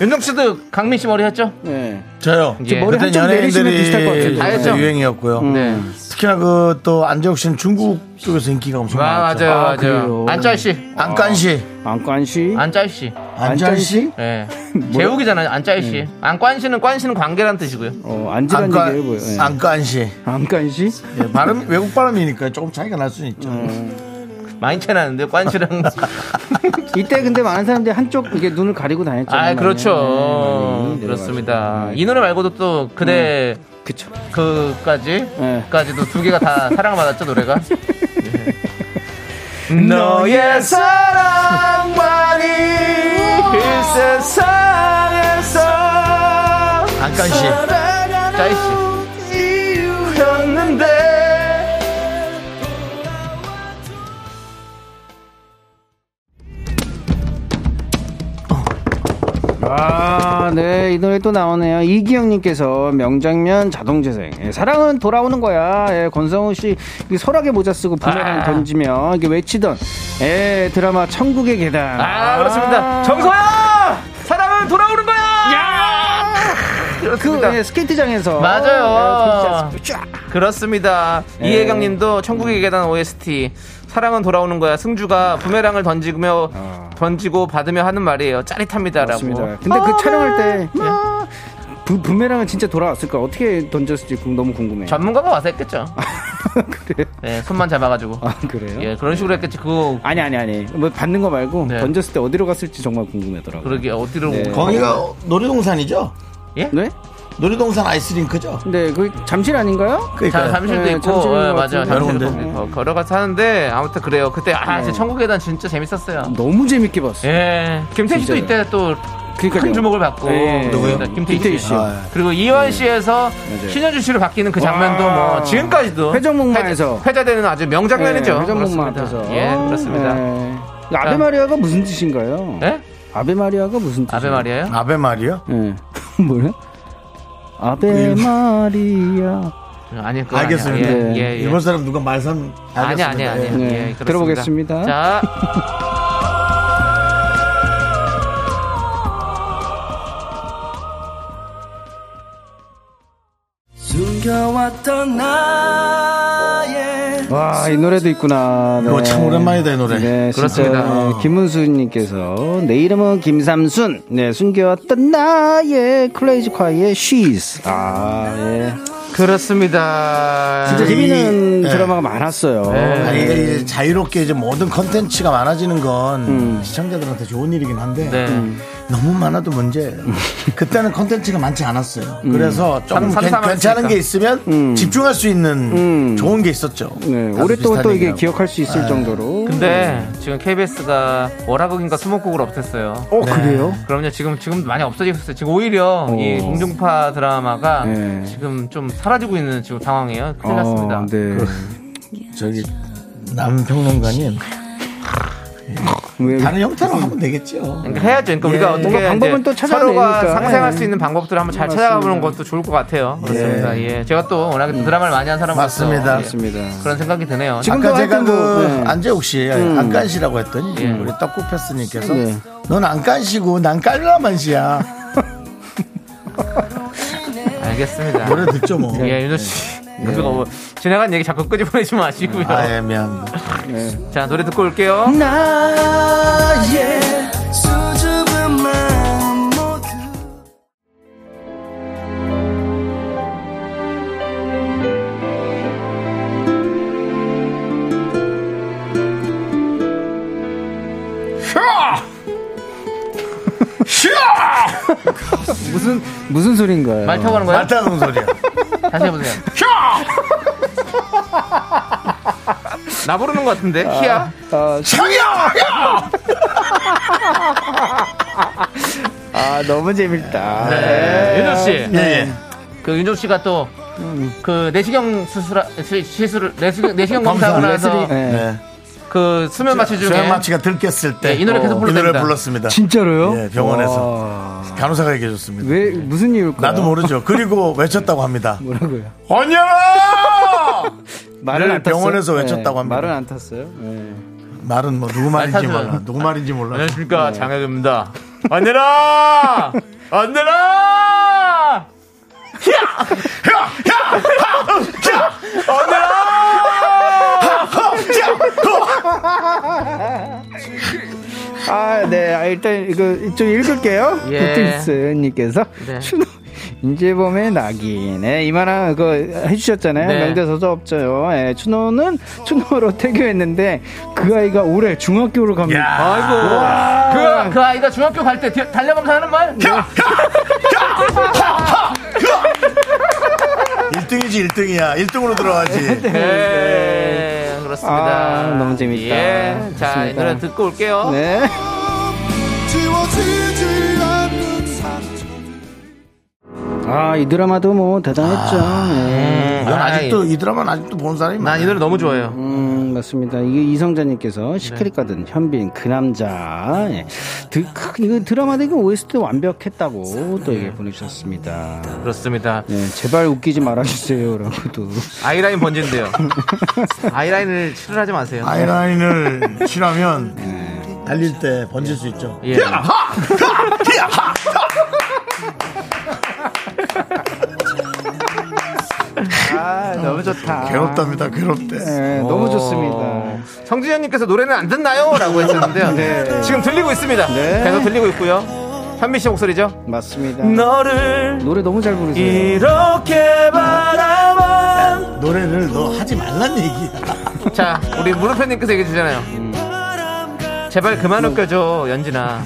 윤정 씨도 강민 씨 머리 했죠? 예. 저요. 예. 머리 한쪽 내리시면 비슷할 것 음. 같은데. 다 했죠? 유행이었고요. 네. 특히나 그 또 안재욱 씨는 중국 쪽에서 인기가 엄청 아, 많았죠. 맞아요, 아, 맞아요. 그래요? 안짤 씨, 어, 안간 씨, 안관 씨. 안짤 씨. 안간 씨, 예. 재욱이잖아요, 안짤 씨. 안관 씨는 관 씨는 관계란 뜻이고요. 어, 안지란 얘기를 안간, 해보여. 예. 아. 안간 씨. 안관 씨. 예, 발음 외국 발음이니까 조금 차이가 날 수는 있죠. 어. 많이 쳐놨는데 관 씨랑. 이때 근데 많은 사람들이 한쪽 이게 눈을 가리고 다녔죠. 아, 네, 그렇죠. 많이 네. 그렇습니다. 내려가지고. 네, 이 노래 말고도 또 그대 그쵸. 그까지 네. 까지도 두 개가 다 사랑받았죠 노래가. 예. 너의 사랑만이 이 세상에서 박간 씨. 짜이 씨. 아, 네, 이 노래 또 나오네요. 이기영님께서 명장면 자동재생. 예, 사랑은 돌아오는 거야. 예, 권성우 씨, 이 소라게 모자 쓰고 아. 부메랑 던지며 이게 외치던 예, 드라마 천국의 계단. 아, 그렇습니다. 정서야! 사람은 돌아오는 거야! 그 그렇습니다. 예, 스케이트장에서. 맞아요. 예, 스케이트장에서 쫙. 그렇습니다. 예. 이혜경 님도 천국의 계단 OST. 사랑은 돌아오는 거야. 승주가 부메랑을 던지며 아. 던지고 받으며 하는 말이에요. 짜릿합니다라고. 어, 네. 맞습니다. 근데 그 촬영할 때 예, 부, 부메랑은 진짜 돌아왔을까? 어떻게 던졌을지 궁- 너무 궁금해요. 어. 전문가가 와서 했겠죠. 그래요? 네, 손만 잡아가지고. 아, 그래요? 예, 그런 식으로 했겠지. 그거 아니, 아니, 아니. 뭐 받는 거 말고 네. 던졌을 때 어디로 갔을지 정말 궁금하더라고요. 그러게 어디로 뭐 네. 온 거? 거기가 놀이동산이죠? 네? 놀이동산 아이스링크죠? 네, 그 잠실 아닌가요? 자, 그러니까 잠실도 네, 있고, 잠실인 예, 것 맞아요. 같은데. 잠실도 여러 군데. 있고. 걸어가서 하는데, 아무튼 그래요. 그때, 아, 네. 제 천국의 단 진짜 재밌었어요. 너무 재밌게 봤어. 요 예. 김태희 씨도 진짜요. 이때 또, 그러니까요. 예. 큰 주목을 받고. 예. 누구요? 김태희, 이태희 씨. 씨. 아, 그리고 이완 씨에서 맞아요. 신현주 씨로 바뀌는 그 장면도 네. 와. 뭐, 지금까지도. 회전목마에서. 네, 회자- 회자되는 아주 명장면이죠. 예, 회전목마 그렇습니다. 앞에서. 예, 그렇습니다. 예? 예. 그 아베 마리아가 무슨 뜻인가요? 아베 마리아가 무슨 뜻? 아베 마리아요? 아베 말이요? 예. 뭐야? 아베 마리아. 아니, 그거 알겠습니다. 아니야. 예, 예, 예. 일본 사람 누가 말삼 아니, 아니, 아니. 알겠습니다. 네. 예. 예, 그렇습니다. 들어보겠습니다. 자. 숨겨왔던 나의 와, 이 노래도 있구나. 이거 참 오랜만이다, 어. 이 노래. 네, 그렇습니다. 그렇습니다. 김은수님께서 내 이름은 김삼순. 네, 숨겨왔던 나의 클레이지 콰이의 She's. 아, 예. 그렇습니다. 진짜 재미있는 이- 예. 네. 드라마가 많았어요. 아니, 이게 네. 이제 자유롭게 이제 모든 컨텐츠가 많아지는 건 음. 시청자들한테 좋은 일이긴 한데 네. 너무 많아도 문제예요. 그때는 컨텐츠가 많지 않았어요. 음. 그래서 조금 삼- 삼삼 괜- 괜찮은 했으니까. 게 있으면 집중할 수 있는 좋은 게 있었죠. 음. 네, 다들 오랫동안 또 비슷한 이게 얘기하고. 네. 기억할 수 있을 정도로. 근데 지금 KBS가 월화극인가 수목극으로 없앴어요. 어, 네. 그래요? 그럼요. 지금 지금 많이 없어졌어요. 지금 오히려 이 공중파 드라마가 네. 지금 좀 사라지고 있는 지금 상황이에요. 큰일 났습니다. 어, 네. 그 저기 남평론가님 왜, 다른 형태로 하면 되겠죠. 그러니까 해야죠. 그러니까 우리가 어떻게 예. 뭔가 방법은 이제 또 찾아야 서로가 되니까. 상생할 네. 수 있는 방법들을 한번 잘 맞습니다. 찾아보는 것도 좋을 것 같아요. 그렇습니다. 예. 제가 또 워낙에 또 드라마를 많이 한 사람으로서 맞습니다. 예. 맞습니다. 그런 생각이 드네요. 지금- 아까 지금도 제가 하여튼 그 뭐, 네. 안재욱 씨 안깐 씨라고 했더니 예. 우리 떡국 패스님께서 네. 넌 안깐 씨고 난 깔라만 씨야 알겠습니다. 노래 듣죠 뭐. 예, 윤호 씨. 그거 뭐 지나간 얘기 자꾸 끄집어내지 마시고요. 아, 예, 미안. 자, 노래 듣고 올게요. 나의 수줍은 마음 모두 무슨, 무슨 소린가요? 말 타고 가는 거예요? 말타는 소리야. 다시 해보세요. 나 부르는 것 같은데? 히야? 아, 형이야! 아, 너무 재밌다. 윤호 씨. 음. 예, 예. 그 윤종 씨가 또, 그, 내시경 수술, 시술을, 내시경, 내시경 검사, 검사하고 나서, 네. 네. 그, 수면 마취 중에, 조양마취가 들깼을 때. 어, 예, 이 노래 계속 이 노래 불렀답니다. 불렀습니다. 진짜로요? 예, 병원에서. 와. 간호사가 얘기해 줬습니다. 왜, 무슨 이유일까요? 나도 모르죠. 그리고 외쳤다고 합니다. 뭐라고요? 언니야! 말을 안 탔어요. 병원에서 외쳤다고 합니다. 말을 안 탔어요. 네. 말은 뭐 누구 말인지 말 네. 타죠. 몰라. 누구 말인지 몰라. 네. 안녕하십니까, 장혁입니다. 안내라! 안내라! 아, 네. 아, 일단 이거 좀 읽을게요. 예. 빅트리스님께서 네. 추노 인재범의 낙인. 예, 이만한 그거 해주셨잖아요. 네. 명대서도 없죠요. 예, 추노는 추노로 퇴교했는데 그 아이가 올해 중학교로 갑니다. 아이고. 그, 그 아이가 중학교 갈 때 달려가면서 하는 말? 1등이지, 1등이야. 1등으로 들어가지. 네, 그렇습니다. 네. 아, 너무 재밌다. 예. 자, 이 좋습니다. 노래 듣고 올게요. 네. 지워지지 않는 상처 아, 이 드라마도 뭐 대단했죠. 아, 예. 음, 이건 아직도 이 드라마는 아직도 본 사람이 많아요. 난이 노래 너무 좋아해요. 음, 맞습니다. 이게 이성자님께서 시크릿 네. 가든, 현빈, 그 남자. 예. 드, 크, 이거 드라마도 이거 OST 완벽했다고 또 네. 얘기 보내주셨습니다. 그렇습니다. 예, 제발 웃기지 말아주세요. 라고 또. 아이라인 번진대요. 아이라인을 칠하지 마세요. 아이라인을 칠하면 달릴 때 번질 수 있죠. 예. 아, 너무 좋다. 괴롭답니다. 괴롭대. 어. 예, 너무 좋습니다. 성진현님께서 노래는 안 듣나요? 라고 했었는데요. 네. 지금 들리고 있습니다. 네. 계속 들리고 있고요. 현미 씨 목소리죠? 맞습니다. 너를 노래 너무 잘 부르세요. 이렇게 바라봐. 노래를 너 하지 말란 얘기야. 자, 우리 무릎팬님께서 얘기해 주잖아요. 제발 그만 웃겨줘, 연진아.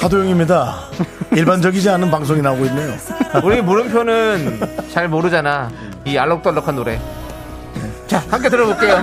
하도영입니다. 일반적이지 않은 방송이 나오고 있네요. 우리 물음표는 잘 모르잖아. 이 알록달록한 노래. 자, 함께 들어볼게요.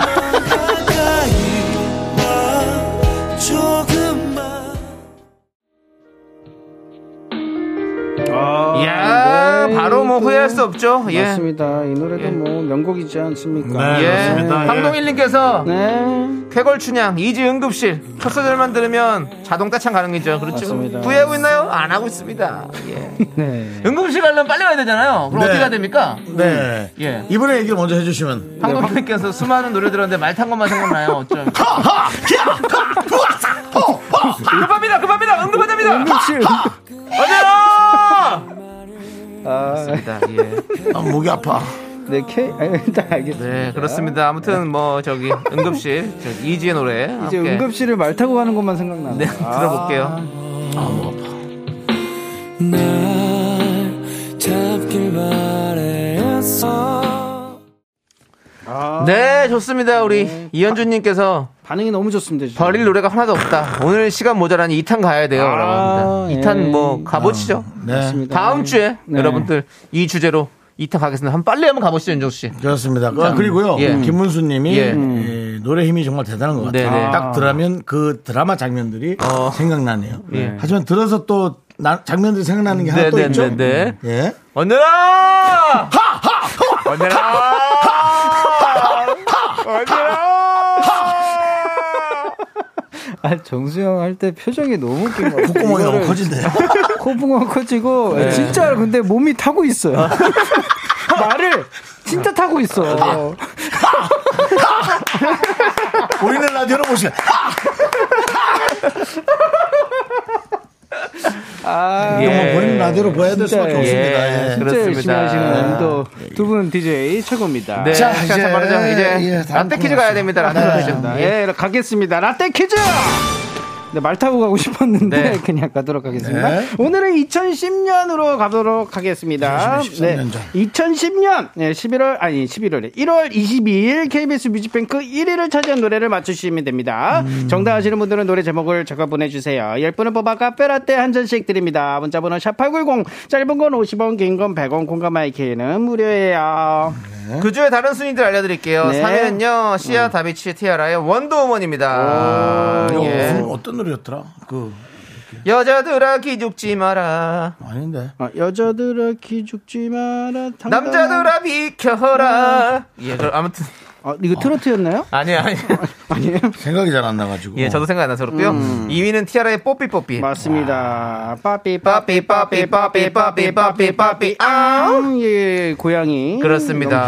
아, 이야, 네, 바로 뭐 이것도 후회할 수 없죠. 예. 맞습니다. 이 노래도 뭐 명곡이지 않습니까? 네. 예. 맞습니다. 예. 황동일님께서 네. 쾌걸춘향, 이지응급실, 첫 소절만 들으면 자동 따창 가능이죠. 그렇죠. 맞습니다. 후회하고 있나요? 안 하고 있습니다. 예. 네. 응급실 가려면 빨리 가야 되잖아요. 그럼 네. 어떻게 해야 됩니까? 네. 예. 이분의 얘기를 먼저 해주시면. 황동일님께서 수많은 노래 들었는데 말 탄 것만 생각나요. 어쩜. 급합니다, 급합니다, 응급하답니다! 응급실. 어디요! 아, 자, 예. 아, 목이 아파. 네, 케 아, 일단 알겠습니다. 네, 그렇습니다. 아무튼 뭐 저기 응급실 저 이지의 노래 이제 함께 응급실을 말 타고 가는 것만 생각나네. 네, 아, 들어볼게요. 네, 좋습니다. 우리 이현주님께서 아, 반응이 너무 좋습니다. 진짜. 버릴 노래가 하나도 없다. 오늘 시간 모자라니 2탄 가야 돼요. 아, 라고 합니다. 2탄 예. 뭐 가보시죠. 네. 맞습니다. 다음 주에 네. 여러분들 이 주제로 2탄 가겠습니다. 한번 빨리 한번 가보시죠, 윤종 씨. 그렇습니다. 아, 그리고요. 예. 김문수님이 예. 이 노래 힘이 정말 대단한 것 같아요. 네네. 딱 들으면 그 드라마 장면들이 어. 생각나네요. 예. 하지만 들어서 또 나- 장면들이 생각나는 게 하나 또 네네네네. 있죠. 예. 언제나! 언제나! 언제나! 아, 정수영 할 때 표정이 너무 웃긴 거 같아요. 콧구멍이 너무 이거를 커진대요. 콧구멍 커지고 진짜 근데 몸이 타고 있어요. 말을 진짜 타고 있어. 보이는 라디오로 보시면 아, 뭐 보이는 라디오로 보여야 될 수밖에 진짜요. 없습니다. 예. 진짜 예. 그렇습니다. 열심히 하시는 또 두 분 DJ 최고입니다. 네, 자, 시간 이제, 참 빠르죠. 이제 예, 다음 라떼 코너 퀴즈 가야 됩니다. 라떼 네. 퀴즈. 예. 예, 가겠습니다. 라떼 퀴즈! 네, 말 타고 가고 싶었는데 네. 그냥 가도록 하겠습니다. 네. 오늘은 2010년으로 가도록 하겠습니다. 네, 2010년 전. 2010년 11월 아니 11월에 1월 22일 KBS 뮤직뱅크 1위를 차지한 노래를 맞추시면 됩니다. 음. 정답 아시는 분들은 노래 제목을 적어 보내주세요. 10분을 뽑아 카페라떼 한 잔씩 드립니다. 문자번호 샵8910 짧은 건 50원 긴 건 100원 공감마이키는 무료예요. 그 주에 다른 순위들 알려드릴게요. 네. 3위는요, 시아 다비치 티아라의 원더우먼입니다. 어, 예. 어떤 노래였더라? 그 여자들아 기죽지 마라. 아닌데. 아, 여자들아 기죽지 마라. 당당한- 남자들아 비켜라. 음. 예, 그, 아무튼. 아, 이거 트로트였나요? 아니에요, 아니에요. 아니에요. 생각이 잘 안 나가지고. 예, 저도 생각 안 나서 그렇고요. 음. 2위는 티아라의 뽀삐뽀삐. 맞습니다. 빠삐 빠삐, 빠삐, 빠삐, 빠삐, 빠삐, 빠삐, 아우. 아, 예, 음, 고양이. 너무 그렇습니다. 예.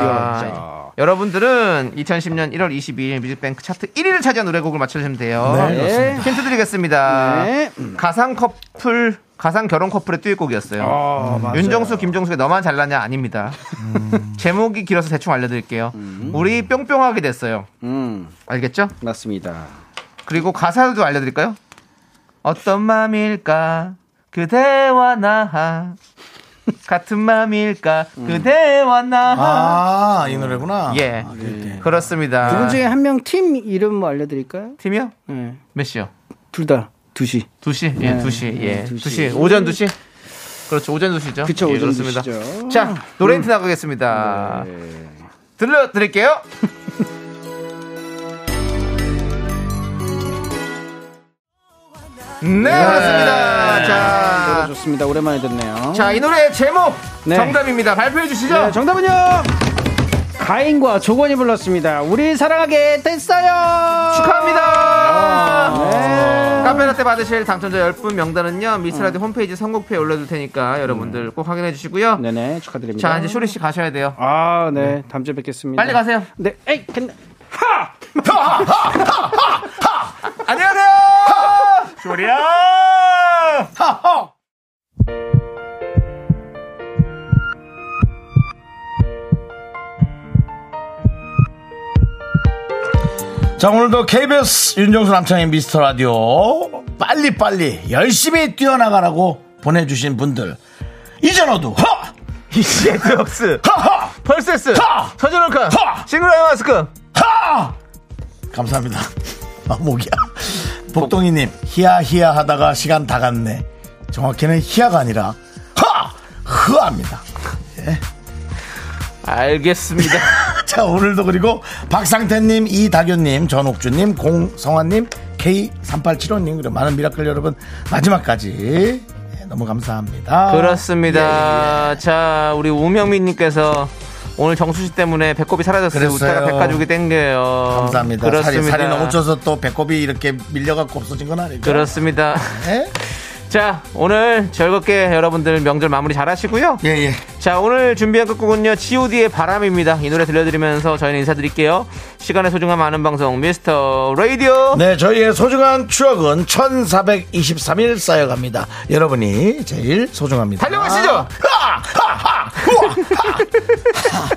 귀여웠죠. 여러분들은 2010년 1월 22일 뮤직뱅크 차트 1위를 차지한 노래곡을 맞춰주시면 돼요. 네, 그렇습니다. 음. 힌트 드리겠습니다. 네. 가상 커플, 가상 결혼 커플의 듀엣곡이었어요. 아, 아, 음. 윤정수, 김정수의 너만 잘나냐 아닙니다. 음. 제목이 길어서 대충 알려드릴게요. 우리 뿅뿅하게 됐어요. 음, 알겠죠? 맞습니다. 그리고 가사도 알려드릴까요? 어떤 맘일까 그대와 나 같은 맘일까 그대와 나 음. 아, 이 노래구나. 예. 아, 그럴 때. 그렇습니다. 두분 중에 한 명 팀 이름 뭐 알려드릴까요? 팀이요? 네. 몇 시요? 둘 다. 두시 2시? 예, 네. 2시. 예. 두 시. 2시. 오전 2시? 그렇죠. 오전 2시죠. 그쵸, 예, 오전 그렇습니다. 2시죠. 음. 네. 자, 노래 힌트 나가겠습니다. 들려드릴게요. 네, 맞습니다. 노래 자, 좋습니다. 오랜만에 듣네요. 네. 자, 이 노래 제목 네. 정답입니다. 발표해 주시죠. 네, 정답은요. 가인과 조건이 불렀습니다. 우리 사랑하게 됐어요. 축하합니다. 네. 카페라떼 받으실 당첨자 10분 명단은요. 미스라디 홈페이지 선곡표에 올려둘 테니까 여러분들 꼭 확인해 주시고요. 네네 축하드립니다. 자, 이제 쇼리 씨 가셔야 돼요. 아, 네. 다음 주에 뵙겠습니다. 빨리 가세요. 네. 에이, 근데 하! 안녕하세요. 쇼리야. 자 오늘도 KBS 윤정수 남창의 미스터 라디오 빨리 빨리 열심히 뛰어나가라고 보내주신 분들 이전어도 허 이시의 드럭스. 허허 펄세스. 하! 서준올카. 하! 싱글라이 마스크. 하 감사합니다 아 목이야 복동이님 히야히야 하다가 시간 다 갔네 정확히는 히야가 아니라 하 흐합니다 알겠습니다. 자 오늘도 그리고 박상태님 이다교님 전옥주님 공성환님 K3875님 그리고 많은 미라클 여러분 마지막까지 네, 너무 예. 감사합니다 그렇습니다. 자, 우리 우명민님께서 오늘 정수 씨 때문에 배꼽이 사라졌어요. 그랬어요. 웃다가 백가죽이 땡겨요. 감사합니다. 살이, 그렇습니다. 살이 너무 쪄서 또 배꼽이 이렇게 밀려갖고 없어진 건 아니죠? 그렇습니다. 예? 자, 오늘 즐겁게 여러분들 명절 마무리 잘 하시고요. 예, 예. 자, 오늘 준비한 끝곡은요. GOD의 바람입니다. 이 노래 들려드리면서 저희는 인사드릴게요. 시간의 소중함 아는 방송 미스터 라디오. 네, 저희의 소중한 추억은 1423일 쌓여갑니다. 여러분이 제일 소중합니다. 달려가시죠. 하! 하! 하! 우와! 하! 하!